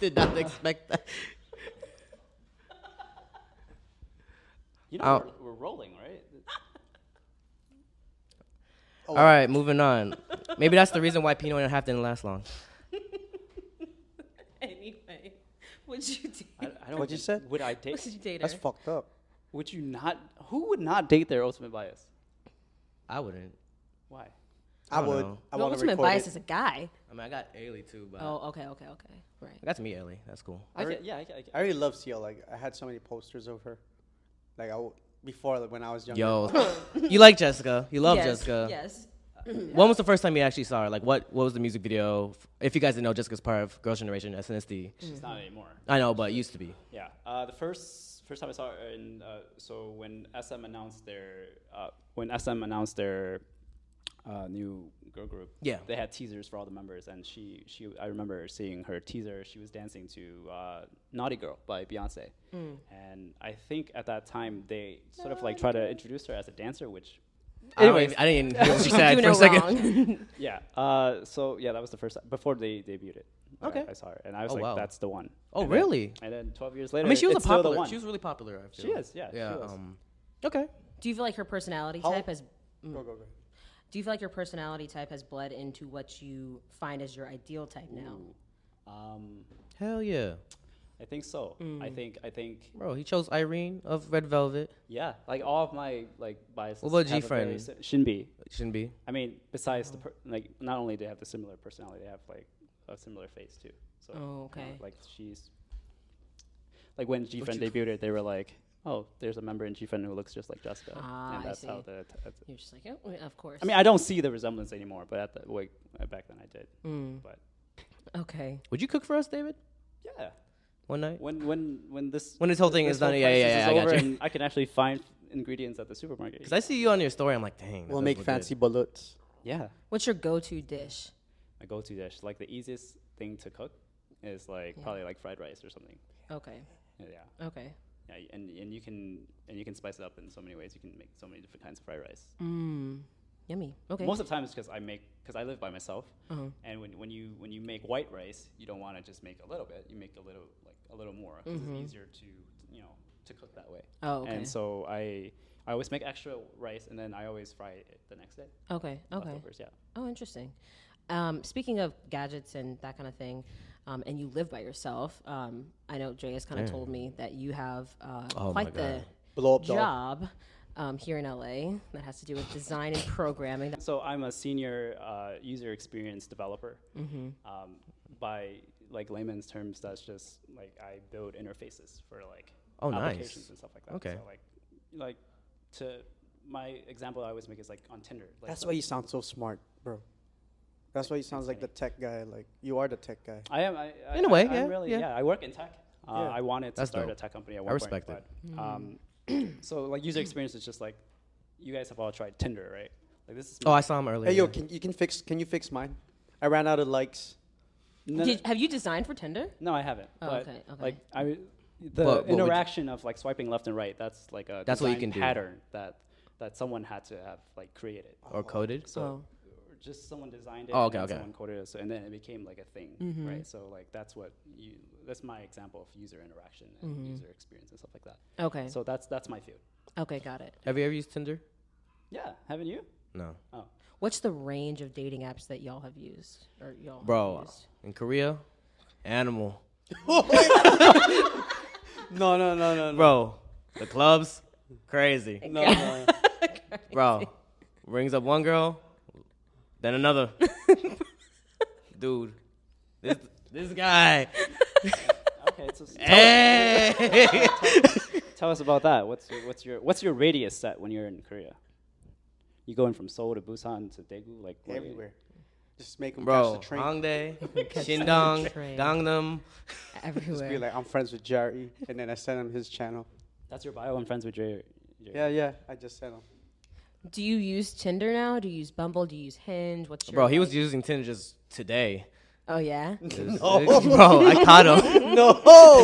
Did not expect that. You know Ow. we're, we're rolling, right? All right, moving on. Maybe that's the reason why Pino and a half didn't last long. Anyway, would you date? I, I don't. What'd you think- said? Would I Would date? you date her? That's fucked up. would you not? Who would not date their ultimate bias? I wouldn't. Why? I, don't would. know. I Your want to ultimate record bias it. is a guy. I mean, I got Ailey too, but Oh, okay, okay, okay. Right. I got to meet Ailey. That's cool. I get, yeah, I get, I get. I really love Seal. Like I had so many posters of her. Like I w- before like, when I was younger. Yo, you like Jessica? You love yes, Jessica? Yes. When was the first time you actually saw her? Like, what what was the music video? If you guys didn't know, Jessica's part of Girls' Generation SNSD. Mm. She's not anymore. I know, but used to be. Yeah, uh, the first first time I saw her in uh, so when SM announced their uh, when SM announced their uh, new girl group. Yeah. they had teasers for all the members, and she she I remember seeing her teaser. She was dancing to uh, "Naughty Girl" by Beyonce, Mm. and I think at that time they sort of like try to introduce her as a dancer, which Anyway, I didn't even hear what she said do for no a second. wrong. yeah. Uh, so yeah, that was the first time, before they debuted it. I- Okay. I, saw her, and I was Oh, like, wow. that's the one. Oh, And then- really? and then 12 years later, I mean, she was a it's still the popular. one. She was really popular. I feel. She is, yeah, she Yeah. was. um, okay. do you feel like her personality How- type has? Go go go. Do you feel like your personality type has bled into what you find as your ideal type now? um, Hell yeah, I think so. Mm. I think I think bro. He chose Irene of Red Velvet. Yeah, like all of my like biases. What about have a G-Friend? very si- Shouldn't be. Shouldn't be. I mean, besides Oh. the per- like, not only do they have the similar personality, they have like a similar face too. So you know, Oh, okay. like she's like when G-Friend debuted, it, they were like, "Oh, there's a member in G-Friend who looks just like Jessica," Ah, I and that's how see. the. t- that's- You're just like, oh, of course. I mean, I don't see the resemblance anymore, but at the like back then I did. Mm. But Hmm, okay. Would you cook for us, David? yeah, One night. when when when this When this whole thing this is done, whole yeah, yeah, crisis yeah, is I got over you. and I can actually find ingredients at the supermarket. Because I see you on your story, I'm like, dang. that We'll does make look fancy bullets. yeah. What's your go-to dish? my go-to dish. Like the easiest thing to cook is like probably like fried rice or something. Okay. Yeah, Okay. yeah, y- and and you can and you can spice it up in so many ways. You can make so many different kinds of fried rice. Hmm, Yummy. Mm. Okay. Uh-huh. Most of the time, it's because I make because I live by myself, and when, when you when you make white rice, you don't want to just make a little bit. You make a little like a little more 'cause it's easier to you know to cook that way. Mm-hmm. Oh, okay. And so I I always make extra rice and then I always fry it the next day. okay. Okay. Leftovers, yeah. Oh, interesting. Um, speaking of gadgets and that kind of thing, um, and you live by yourself, um, I know Jay has kind of told me that you have uh, Oh my quite the Blow up doll. job um, here in LA that has to do with design and programming. So I'm a senior uh, user experience developer. Mm-hmm. Um, by like layman's terms, that's just like I build interfaces for like Oh, nice. applications and stuff like that. Okay. So like like to my example I always make is like on Tinder. Like, That's why you sound so smart, bro. That's why you sound like the tech guy. Like you are the tech guy. I am. I, I- In a I- way, I'm yeah, Really, yeah. yeah. I work in tech. Uh, Yeah. I wanted to That's start dope. a tech company at one I point, respect it. but, Um, so like user experience is just like, you guys have all tried Tinder, right? Like this is. Oh, I saw him earlier. Hey, yo, can you can fix? Can you fix mine? I ran out of likes. no, Did, have you designed for Tinder? no, I haven't. Oh, but okay, okay. Like I, mean, the But what would you- interaction of like swiping left and right. That's like a That's what you design can do. pattern that that someone had to have like created. or coded. So Oh. or just someone designed it. Oh, and okay, then okay. Someone coded it, so, and then it became like a thing, Mm-hmm. right? So like that's what you. That's my example of user interaction and user experience and stuff like that. Mm-hmm. Okay. So that's that's my field. Okay, got it. Have you ever used Tinder? Yeah, haven't you? No, Oh, What's the range of dating apps that y'all have used or y'all have bro. used? In Korea, animal, No, no, no, no, no. bro. The clubs, crazy, No, no, no. bro. Rings up one girl, then another. Dude, this this guy. okay. So s- Hey. tell us about that. What's your, what's your what's your radius set when you're in Korea? You going from Seoul to Busan to Daegu, like what- Everywhere. Just make them Bro, catch the train. Hongdae, Shindong, train. Gangnam. Just be Everywhere. like, I'm friends with Jerry, and then I send him his channel. That's your bio. I'm friends with Jerry. Jerry. Yeah, yeah. I just sent him. Do you use Tinder now? Do you use Bumble? Do you use Hinge? What's your Bro, he like- was using Tinder just today. Oh yeah. Bro, I caught him. No,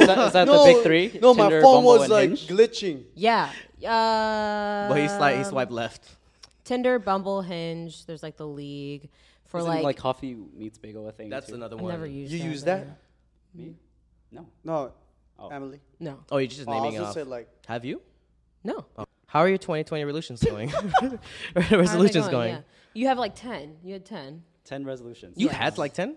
that- is that the big three? No, my Tinder, phone Bumble, was and like Hinge? glitching. yeah. Uh, But he, sli- he swiped left. Tinder, Bumble, Hinge. There's like the league for Isn't like, like coffee meets bagel a thing. That's too? another I've one. never used. You use but- that? Me? No. No, Oh. Emily. No. Oh, you're just Oh, I was naming gonna off. say like Have you? No. How are your 2020 resolutions going? How are they resolutions going? Yeah. You have like ten. You had ten. Ten resolutions. You had like 10?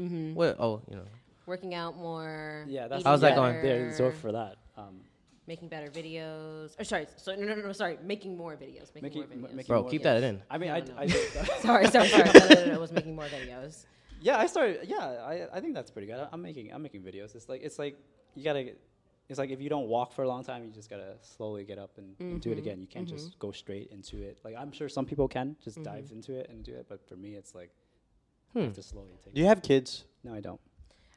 Mm-hmm. What? Oh, you know. Working out more. Yeah, that's eating How's that better, going? There's Zorf for that. Um, Making better videos. Or sorry, so no, no, no, no, sorry. Making more videos. Making, making, more videos. making Bro, more- keep that in. I mean, I, I, sorry, sorry, sorry. No, no, no, no, I was making more videos. yeah, I started. Yeah, I, I think that's pretty good. I, I'm making I'm making videos. It's like it's like you gotta. It's like if you don't walk for a long time, you just gotta slowly get up and, and Mm-hmm. do it again. You can't just go straight into it. Like I'm sure some people can just Mm-hmm. dive into it and do it, but for me, it's like you Hmm. have to slowly take. you have kids. No, I don't.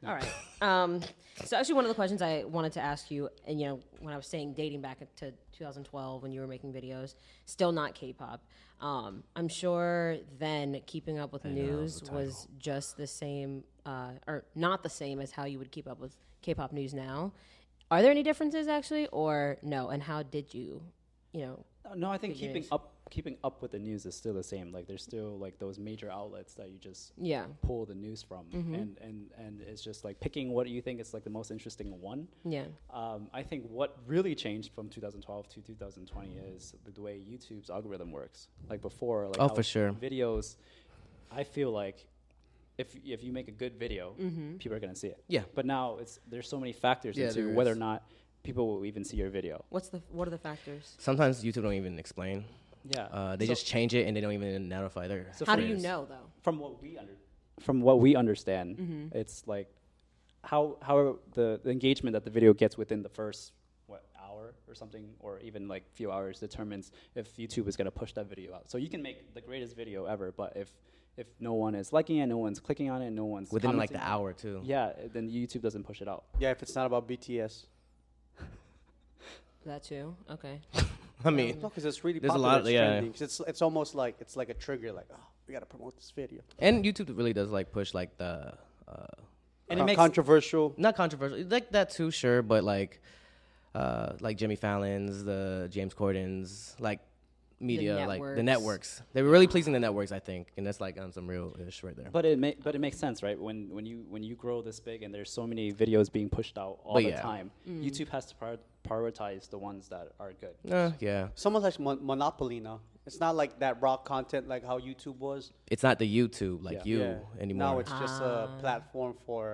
All right. Um, so actually, one of the questions I wanted to ask you, and you know, when I was saying dating back to 2012 when you were making videos, still not K-pop. Um, I'm sure then keeping up with news was just the same, uh, or not the same as how you would keep up with K-pop news now. Are there any differences actually, or no? And how did you, you know? No, Uh, No, I think keeping up keeping up with the news is still the same. Like there's still like those major outlets that you just Yeah. pull the news from, Mm-hmm. and and and it's just like picking what you think is like the most interesting one. Yeah. Um, I think what really changed from 2012 to 2020 is the, the way YouTube's algorithm works. Like before, like Oh, how for sure. videos. I feel like if if you make a good video, people are gonna see it. Mm-hmm. Yeah. But now it's there's so many factors Yeah, into there whether is. or not people will even see your video. What's the what are the factors? Sometimes YouTube don't even explain. Yeah. Uh, they So- just change it and they don't even notify their. So How do you creators. know though? from what we under Mm-hmm. from what we understand it's like how how the, the engagement that the video gets within the first what hour or something or even like few hours determines if youtube is going to push that video out so you can make the greatest video ever but if if no one is liking it no one's clicking on it no one's Within like the commenting- hour, too. yeah then youtube doesn't push it out Yeah, if it's not about BTS. That too. Okay. I mean, No, because it's really There's a popular. lot- it's yeah. trending. 'Cause it's it's almost like it's like a trigger. Like, oh, we gotta promote this video. and YouTube really does like push like the. Uh, and Con- it makes controversial. not controversial like that too sure but like uh like jimmy fallon's the james corden's like media like the networks. networks they were really pleasing the networks i think and that's like on some real ish right there but it ma- but it makes sense, right? When when you when you grow this big and there's so many videos being pushed out all But the yeah. time, YouTube has to prior- prioritize the ones that are good. uh, yeah Someone like mon- Monopoly now. It's not like that raw content like how YouTube was. it's not the youtube like Yeah. you Yeah. anymore Now it's just a platform for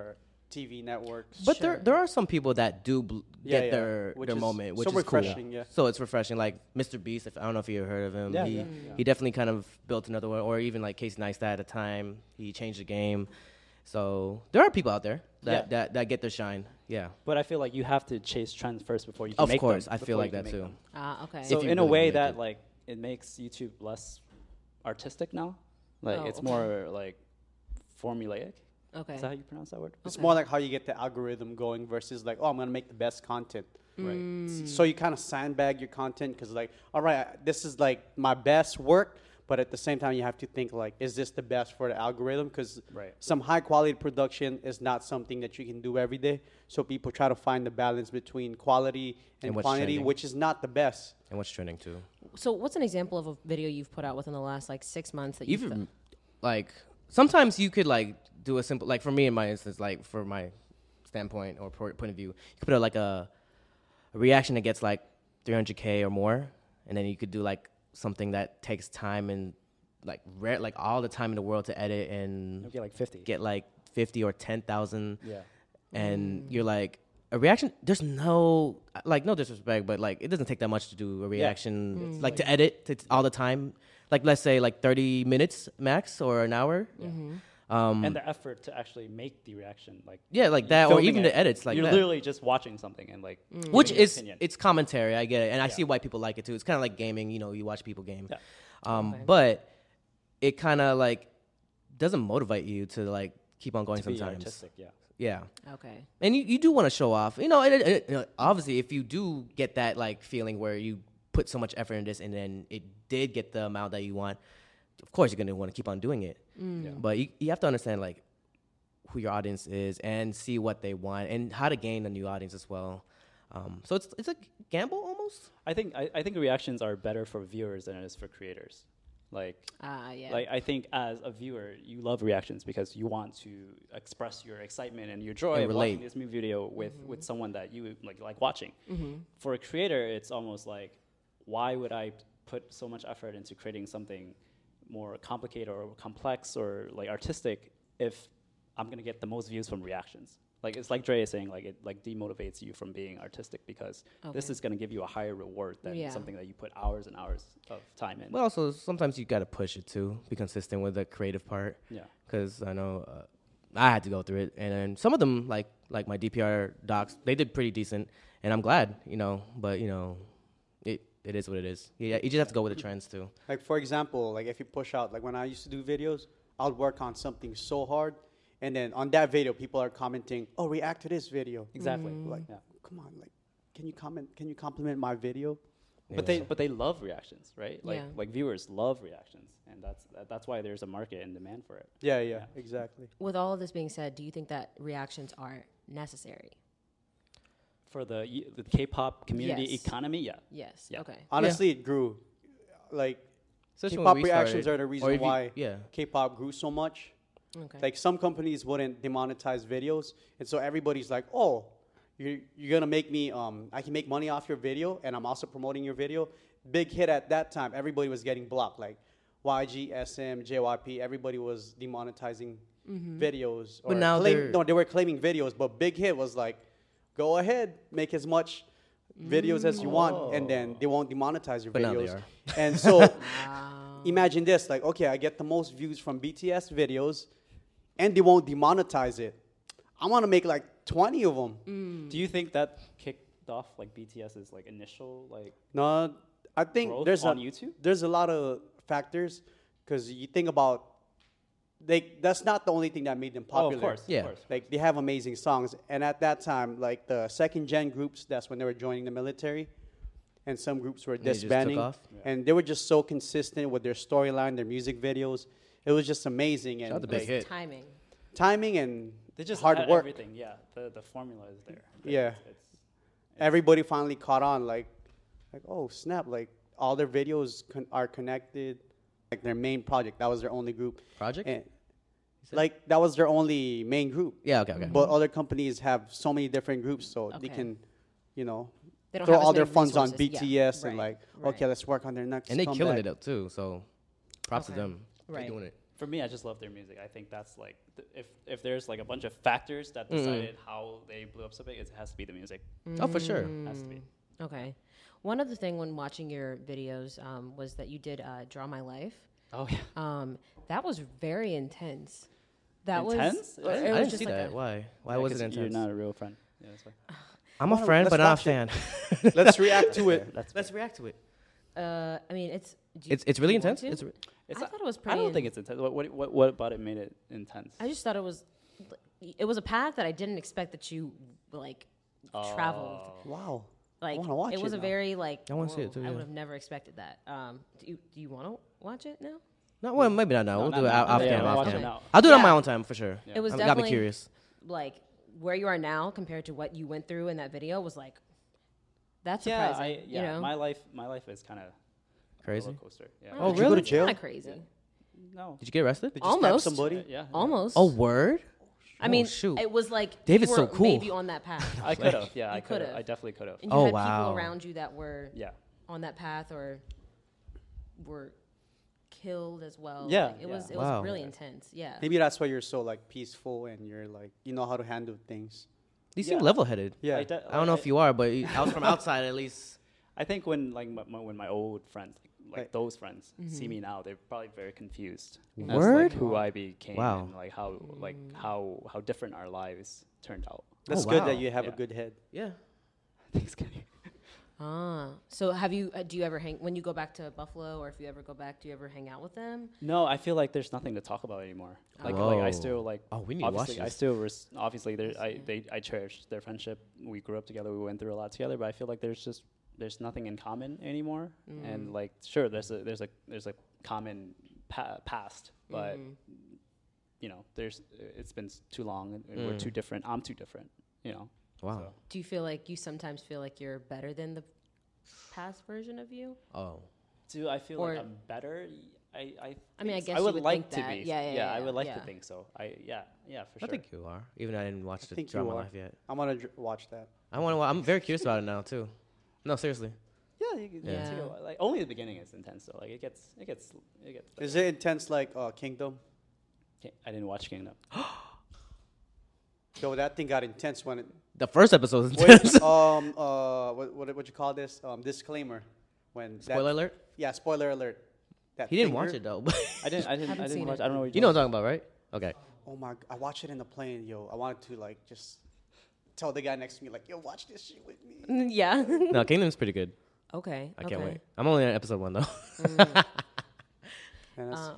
TV networks. but there there are some people that do bl- Yeah, get yeah. their Which their is moment which so is refreshing, cool. yeah. so it's refreshing like mr beast if i don't know if you heard of him Yeah, he yeah, he definitely kind of built another one or even like casey neistat at a time he changed the game so there are people out there that Yeah. that, that get their shine Yeah. But I feel like you have to chase trends first before you can Of make them, course, I feel before you like can that make too. them. Ah, okay. So If you in a really way make that it. like it makes YouTube less artistic now. Like Oh, it's okay. more like formulaic. okay. Is that how you pronounce that word? It's more like how you get the algorithm going versus like, oh, I'm gonna make the best content. Mm. Right. So you kind of sandbag your content because like, all right, I- this is like my best work, but at the same time you have to think like, is this the best for the algorithm? Because Right. some high quality production is not something that you can do every day. So people try to find the balance between quality and, And what's quantity, trending. which is not the best. And what's trending too? So what's an example of a video you've put out within the last like six months that you've even like sometimes you could like do a simple like for me in my instance like for my standpoint or po- point of view you could put out like a, a reaction that gets like 300k or more and then you could do like something that takes time and like rare like all the time in the world to edit and It'll get like fifty. get like 50 or 10,000 Yeah. and you're like a reaction there's no like no disrespect but like it doesn't take that much to do a reaction like to edit to, all the time like let's say like 30 minutes max or an hour um and the effort to actually make the reaction like yeah like you're that or filming even it, the edits like you're that literally just watching something and like Mm. which giving your is opinion. it's commentary i get it and i see why people like it too it's kind of like gaming you know you watch people game Yeah. um but it kind of like doesn't motivate you to like keep on going To be sometimes artistic, yeah. yeah okay. and you, you do want to show off you know it, it- it- obviously if you do get that like feeling where you put so much effort in this and then it did get the amount that you want of course you're going to want to keep on doing it Yeah. but you, you have to understand like who your audience is and see what they want and how to gain a new audience as well um, so it's it's a gamble almost I think I, I think reactions are better for viewers than it is for creators. Like Ah, yeah. Like I think as a viewer, you love reactions because you want to express your excitement and your joy And of watching relate. this music video with Mm-hmm. with someone that you like like watching. For a creator, it's almost like why would I put so much effort into creating something more complicated or complex or like artistic if I'm gonna get the most views from reactions? Like it's like Dre is saying, like it like demotivates you from being artistic because this Okay. is gonna give you a higher reward than Yeah. something that you put hours and hours of time in. but also sometimes you got to push it too be consistent with the creative part yeah. because I know uh, I had to go through it, and then some of them, like like my DPR docs, they did pretty decent, and I'm glad, you know. But you know, it it is what it is. Yeah, you just have to go with the trends too. Like for example, like if you push out, like when I used to do videos, I'd work on something so hard, and then on that video, people are commenting, "Oh, react to this video." Exactly. Mm. Like, Yeah. come on, like, can you comment? Can you compliment my video? But they but they love reactions, right? Like Yeah. like viewers love reactions, and that's that, that's why there's a market and demand for it. Yeah, yeah, exactly. With all of this being said, do you think that reactions are necessary? For the y- the K-pop community Yes. economy, yeah. Yes. Yeah. Okay. Honestly, it grew. Like, Especially when K-pop we reactions started, are the or reason if you- why Yeah, K-pop grew so much. Okay. Like some companies wouldn't demonetize videos, and so everybody's like, "Oh, you're you're gonna make me um I can make money off your video, and I'm also promoting your video." Big hit at that time. Everybody was getting blocked, like YG, SM, JYP. Everybody was demonetizing videos. Or But now claim- they're- no, they were claiming videos, but Big Hit was like, "Go ahead, make as much." Videos as you want, and then they won't demonetize your But now they videos. are. And so, imagine this like okay i get the most views from bts videos and they won't demonetize it i want to make like 20 of them Mm. Do you think that kicked off like BTS's like initial like no i think Growth there's on a, YouTube? there's a lot of factors because you think about they that's not the only thing that made them oh popular of course Yeah. of course. like they have amazing songs and at that time like the second gen groups that's when they were joining the military and some groups were they just took disbanding off? and they were just so consistent with their storyline their music videos it was just amazing and Shout out to Big like, Hit. Timing. timing and they just hard had work everything. Yeah, the the formula is there. Yeah. It's, it's, everybody finally caught on like like oh snap like all their videos con- are connected like their main project that was their only group Project? And- like that was their only main group yeah, okay, okay. but other companies have so many different groups so they Okay. can you know They don't throw have as all their many funds on resources. bts Yeah, and right, like right. okay let's work on their next and they comeback. killing it up too. So props Okay. to them. Right. They doing it. for me, I just love their music. I think that's like th- if if there's like a bunch of factors that decided how they blew up something, it has to be the music. Oh, for Mm. sure. It has to be. Okay. One other thing when watching your videos um, was that you did uh, draw my life. Oh yeah. Um, that was very intense. That Intense? was. I I it was didn't just see like that. a- why? Why Yeah, was 'cause it intense? You're not a real friend. Yeah, that's fine. I'm a on, friend, let's but not a watch fan. Let's react to it. That's Let's react to it. Uh, I mean, it's do you- It's it's really do you want intense. to? It's re- It's I not- thought it was I pretty don't think it's intense. What, what, what, what about it made it intense? I just thought it was. It was a path that I didn't expect that you like traveled. Oh. Wow. Like wanna watch it was a it now. very like. I wanna see whoa, it too, I yeah. would have never expected that. Um, do you do you want to watch it now? no, well, maybe not now. we'll not do it now. out- off Yeah, camera. we'll off watch it camera. now. I'll do it on my Yeah. own time for sure. It was I'm- got me definitely curious. like where you are now compared to what you went through in that video was like. That's yeah, surprising. I, yeah. you know? My life, my life is kind of Crazy. roller coaster. Yeah. Oh, Did you go really? to jail? Kind of crazy. No. Uh, Did you get arrested? Did you stab Almost. somebody? Yeah. Almost. Oh, word. I mean, shoot. it was like David's you so were cool. Maybe on that path. I could have. Yeah, You I could have. could've. I definitely could have. And you Oh, had wow. people around you that were Yeah. on that path or were killed as well. Yeah, Like, it was yeah. it Wow. was really intense. Yeah. Maybe that's why you're so like peaceful and you're like you know how to handle things. You seem Yeah. level-headed. Yeah. I, de- I don't know like, if you are, but you- I was from outside at least. I think when like my, my, when my old friends, like Right. those friends, Mm-hmm. see me now, they're probably very confused. Word? As, like, who I became Wow. and like how like how how different our lives turned out. That's Oh, good wow. that you have a Yeah. good head. Yeah. Thanks, Kenny. Ah. So have you uh, do you ever hang when you go back to Buffalo or if you ever go back, do you ever hang out with them? No, I feel like there's nothing to talk about anymore. Like, like Whoa. I still like. Oh, we need to watch obviously, I this. still res- obviously there. I they I cherish their friendship. We grew up together. We went through a lot together. But I feel like there's just there's nothing in common anymore. Mm. And like, sure, there's a there's a there's a common pa- past, but Mm-hmm. you know, there's it's been s- too long. And and We're too different. I'm too different. You know. Mm. Wow. Do you feel like you sometimes feel like you're better than the past version of you? Oh. Do I feel Or- like I'm better? I I, I mean, I think so. guess I you would would think like to that. be. Yeah, yeah, yeah, I would like to yeah. think so. I yeah yeah for I sure. think you are. Even though I didn't watch I the think you drama are. life yet. I want to dr- watch that. I want to. I'm very curious about it now too. No, seriously. Yeah, you can Yeah. take a while. Like only the beginning is intense though. Like it gets it gets it gets. Is it intense like uh, Kingdom? Ki- I didn't watch Kingdom. Yo, that thing got intense when it. The first episode is intense. Wait, um, uh, what what what you call this? Um, disclaimer. When that- Spoiler alert. Yeah, spoiler alert. That He didn't finger- watch it though. but- I didn't I didn't Haven't I seen didn't watch. it. I don't know. What you know what I'm talking about, right? Okay. Oh my! g- I watched it in the plane, yo. I wanted to like just tell the guy next to me, like, yo, watch this shit with me. yeah. No, Kingdom's pretty good. okay. I can't wait. I'm only on episode one though. And that's-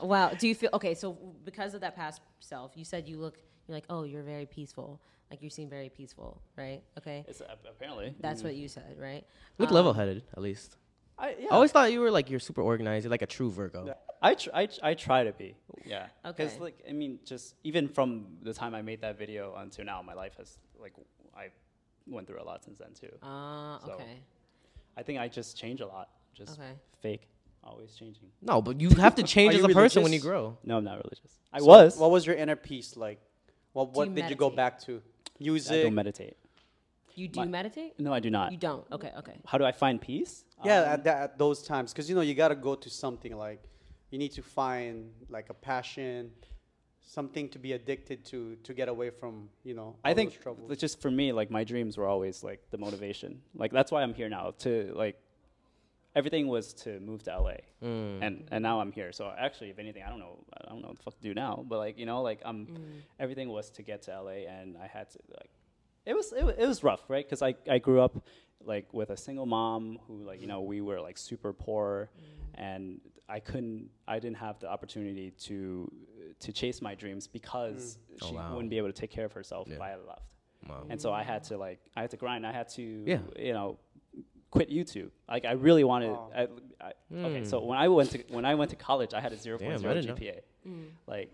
Wow. Uh, Do you feel okay? So because of that past self, you said you look. You're like, oh, you're very peaceful. Like you seem very peaceful, right? Okay, It's uh, apparently. that's what you said, right? Look level-headed at least. I yeah. I always thought you were like you're super organized. You're like a true Virgo. I, tr- I, tr- I try to be. Yeah. Because Okay. like I mean, just even from the time I made that video until now, my life has like I went through a lot since then too. Ah, So- okay. I think I just change a lot. Just Okay. fake. Always changing. No, but you have to change Are as a you person when you religious? grow. No, I'm not religious. I So was. What was your inner peace like? What you What did you go meditate? back to? I Music. don't meditate. You do My- meditate? No, I do not. You don't. Okay, okay. How do I find peace? yeah, at, that, at those times, because you know you gotta go to something like you need to find like a passion, something to be addicted to to get away from you know. I all think those troubles. it's just for me, like my dreams were always like the motivation. Like that's why I'm here now. To like everything was to move to LA, and and now I'm here. So actually, if anything, I don't know, I don't know what the fuck to do now. But like you know, like I'm, Mm. everything was to get to LA, and I had to like, it was it, wa- it was rough, right? Because I I grew up like with a single mom who like you know we were like super poor, and I couldn't I didn't have the opportunity to to chase my dreams because she Oh, wow. wouldn't be able to take care of herself if I had left. And so I had to like I had to grind. I had to Yeah. you know quit YouTube. Like I really wanted. I, I, Okay, so when I went to when I went to college, I had a Hmm. 0.0 Damn, I didn't know. GPA. Like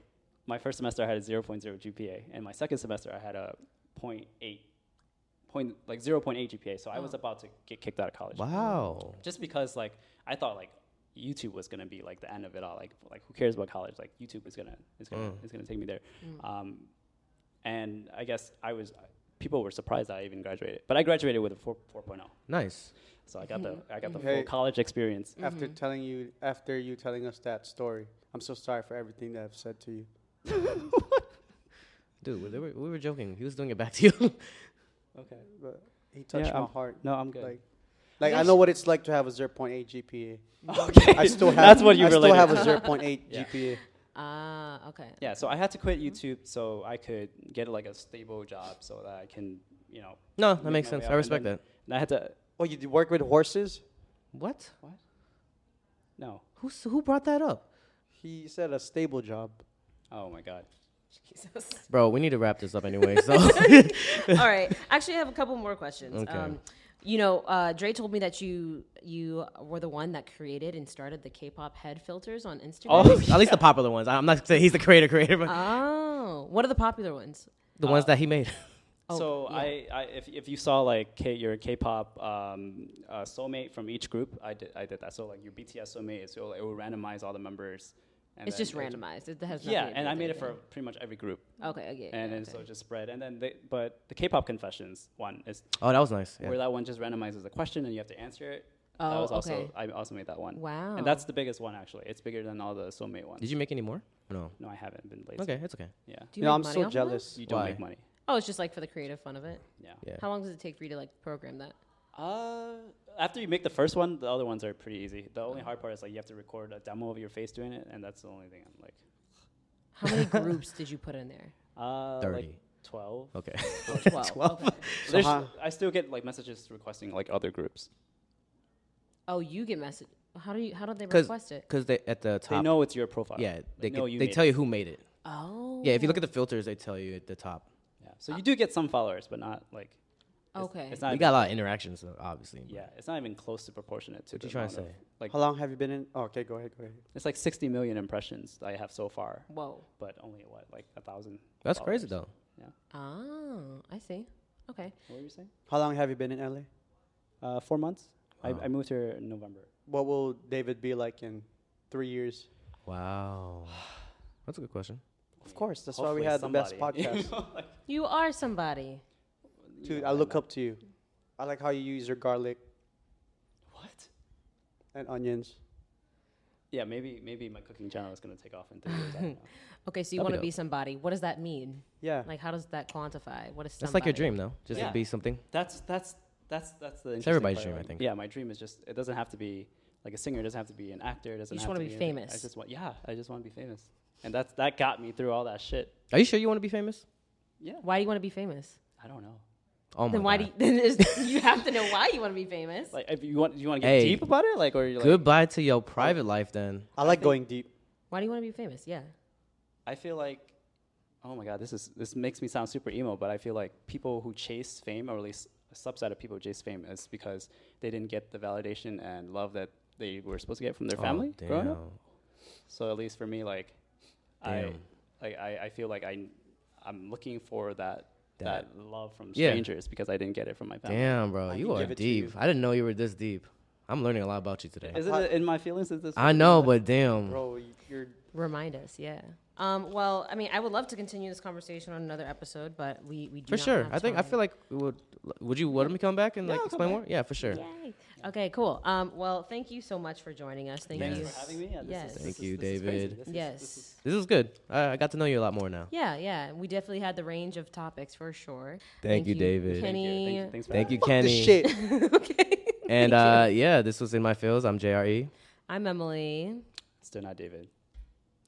my first semester, I had a 0.0 GPA, and my second semester, I had a 0.8 point like 0.8 GPA. So I was about to get kicked out of college Wow. just because like I thought like YouTube was gonna be like the end of it all. Like like who cares about college? Like YouTube is gonna is gonna Mm. is gonna take me there. Um, and I guess I was people were surprised that I even graduated, but I graduated with a 4, 4.0. Nice. oh, So I got the I got the full Hey. college experience. after Mm-hmm. telling you after you telling us that story, I'm so sorry for everything that I've said to you. Dude, we were, we were joking. He was doing it back to you. Okay. But he touched Yeah, my I'm- heart. no, I'm good. Like, like I know what it's like to have a 0.8 GPA. Okay. I still have. That's what you I still related have a to. 0.8 Yeah. GPA. Ah, okay. Yeah, so I had to quit YouTube so I could get like a stable job so that I can you know. No, that make makes my way sense. up. I And respect then- that. And I had to. Oh, you d- work with horses? What? No. Who s- who brought that up? He said a stable job. Oh my God. Jesus. Bro, we need to wrap this up anyway. So All right. Actually, I have a couple more questions. Okay. Um, you know, uh, Dre told me that you you were the one that created and started the K-pop head filters on Instagram. Oh, at least the popular ones. I'm not saying he's the creator creator, but Oh, what are the popular ones? the ones that he made. Oh, so yeah. I, I, if, if you saw like K, your K-pop um, uh, soulmate from each group, I did, I did that. So like your BTS soulmate, so it will randomize all the members. And It's then just it would ju- randomized. It has Yeah, nothing to do and I with made it for anything. pretty much every group, okay, okay, yeah, and then okay. so it just spread. And then they, but the K-pop confessions one is Oh, that was nice. Yeah. where that one just randomizes a question and you have to answer it. that Oh, was also okay. I also made that one. Wow. And that's the biggest one actually. It's bigger than all the soulmate ones. Did you make any more? No. no, I haven't been late. Okay, it's okay. Yeah. Do You know, make I'm money so off of them? jealous. You don't Why? make money. Oh, it's just like for the creative fun of it. Yeah. Yeah. How long does it take for you to like program that? Uh, after you make the first one, the other ones are pretty easy. The only hard part is like you have to record a demo of your face doing it, and that's the only thing I'm like. How many groups did you put in there? Uh, Like Thirty. Twelve. Okay. Twelve. Okay. There's- how- I still get like messages requesting like other groups. Oh, you get message. How do you? How do they Because request it? they at the They top. know it's your profile. Yeah, they know could- you. they made tell it. you who made it. Oh. Yeah, if you look at the filters, they tell you at the top. Yeah. So you do get some followers, but not like. it's- Oh. Okay. It's not. You Even, got a lot of interactions, though, obviously. yeah, it's not even close to proportionate to. What you trying to say? Like How long have you been in? Oh, okay, go ahead, go ahead. it's like 60 million impressions that I have so far, Whoa. but only what like a thousand. That's crazy though. Yeah. Oh, I see. Okay. What were you saying? How long have you been in LA? Uh, four months. I, I moved here in November. What will David be like in three years? Wow. That's a good question. Of course, that's why we Hopefully had the best somebody. podcast. You are somebody. Dude, I look up to you. I like how you use your garlic What? and onions. Yeah, maybe maybe my cooking channel is gonna take off in three years. I don't know. Okay, so That'd be you want to dope. be somebody. What does that mean? Yeah. Like, how does that quantify? What is somebody? That's like your dream, though. Just to Yeah. be something. That's that's that's that's the. It's interesting everybody's part, dream, like, I think. Yeah, my dream is just it doesn't have to be like a singer. It doesn't have to be an actor. It doesn't. just have wanna to be anything. I famous. just want. Yeah, I just want to be famous, and that's that got me through all that shit. Are you sure you want to be famous? Yeah, Why do you want to be famous? I don't know. Oh my then why God. do you, then is- you have to know why you want to be famous? Like, if you want, you want to get Hey. deep about it, like, or you're like, Goodbye to your private life, then. I like going deep. Why do you want to be famous? Yeah. I feel like, oh my god, this is this makes me sound super emo, but I feel like people who chase fame, or at least a subset of people who chase fame, is because they didn't get the validation and love that they were supposed to get from their family oh, growing up. damn. So at least for me, like, I, Damn. like I, I feel like I, I'm looking for that that, That- love from Yeah. strangers because I didn't get it from my family. Damn, bro, I you can are give it to you. deep. I didn't know you were this deep. I'm learning a lot about you today. Isn't it in my feelings? Is this I know, but damn. Bro, y- you're Remind us, yeah. Um, well, I mean, I would love to continue this conversation on another episode, but we, we do For not sure. have I think I time. feel like we would would you want me to come back and like I'll come explain more? Yeah, for sure. Yay. Okay, cool. Um, well, thank you so much for joining us. Thank Thanks you. for having me. Yeah, this yes. is, this Thank is- you, this is crazy. David. This is- yes. this is- This was good. I, I got to know you a lot more now. yeah, yeah. We definitely had the range of topics for sure. Thank you, David. Thank thank you. Kenny. Thank you. Thanks for Thank having you, me. Kenny. this shit. okay. And uh, yeah, this was in my feels. I'm E JRE I'm Emily. Still not David.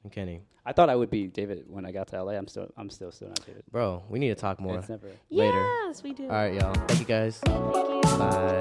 and Kenny. I thought I would be David when I got to LA. I'm still, I'm still, still not David. Bro, we need to talk more It's never. later. Yes, we do. All right, y'all. Thank you guys. Bye.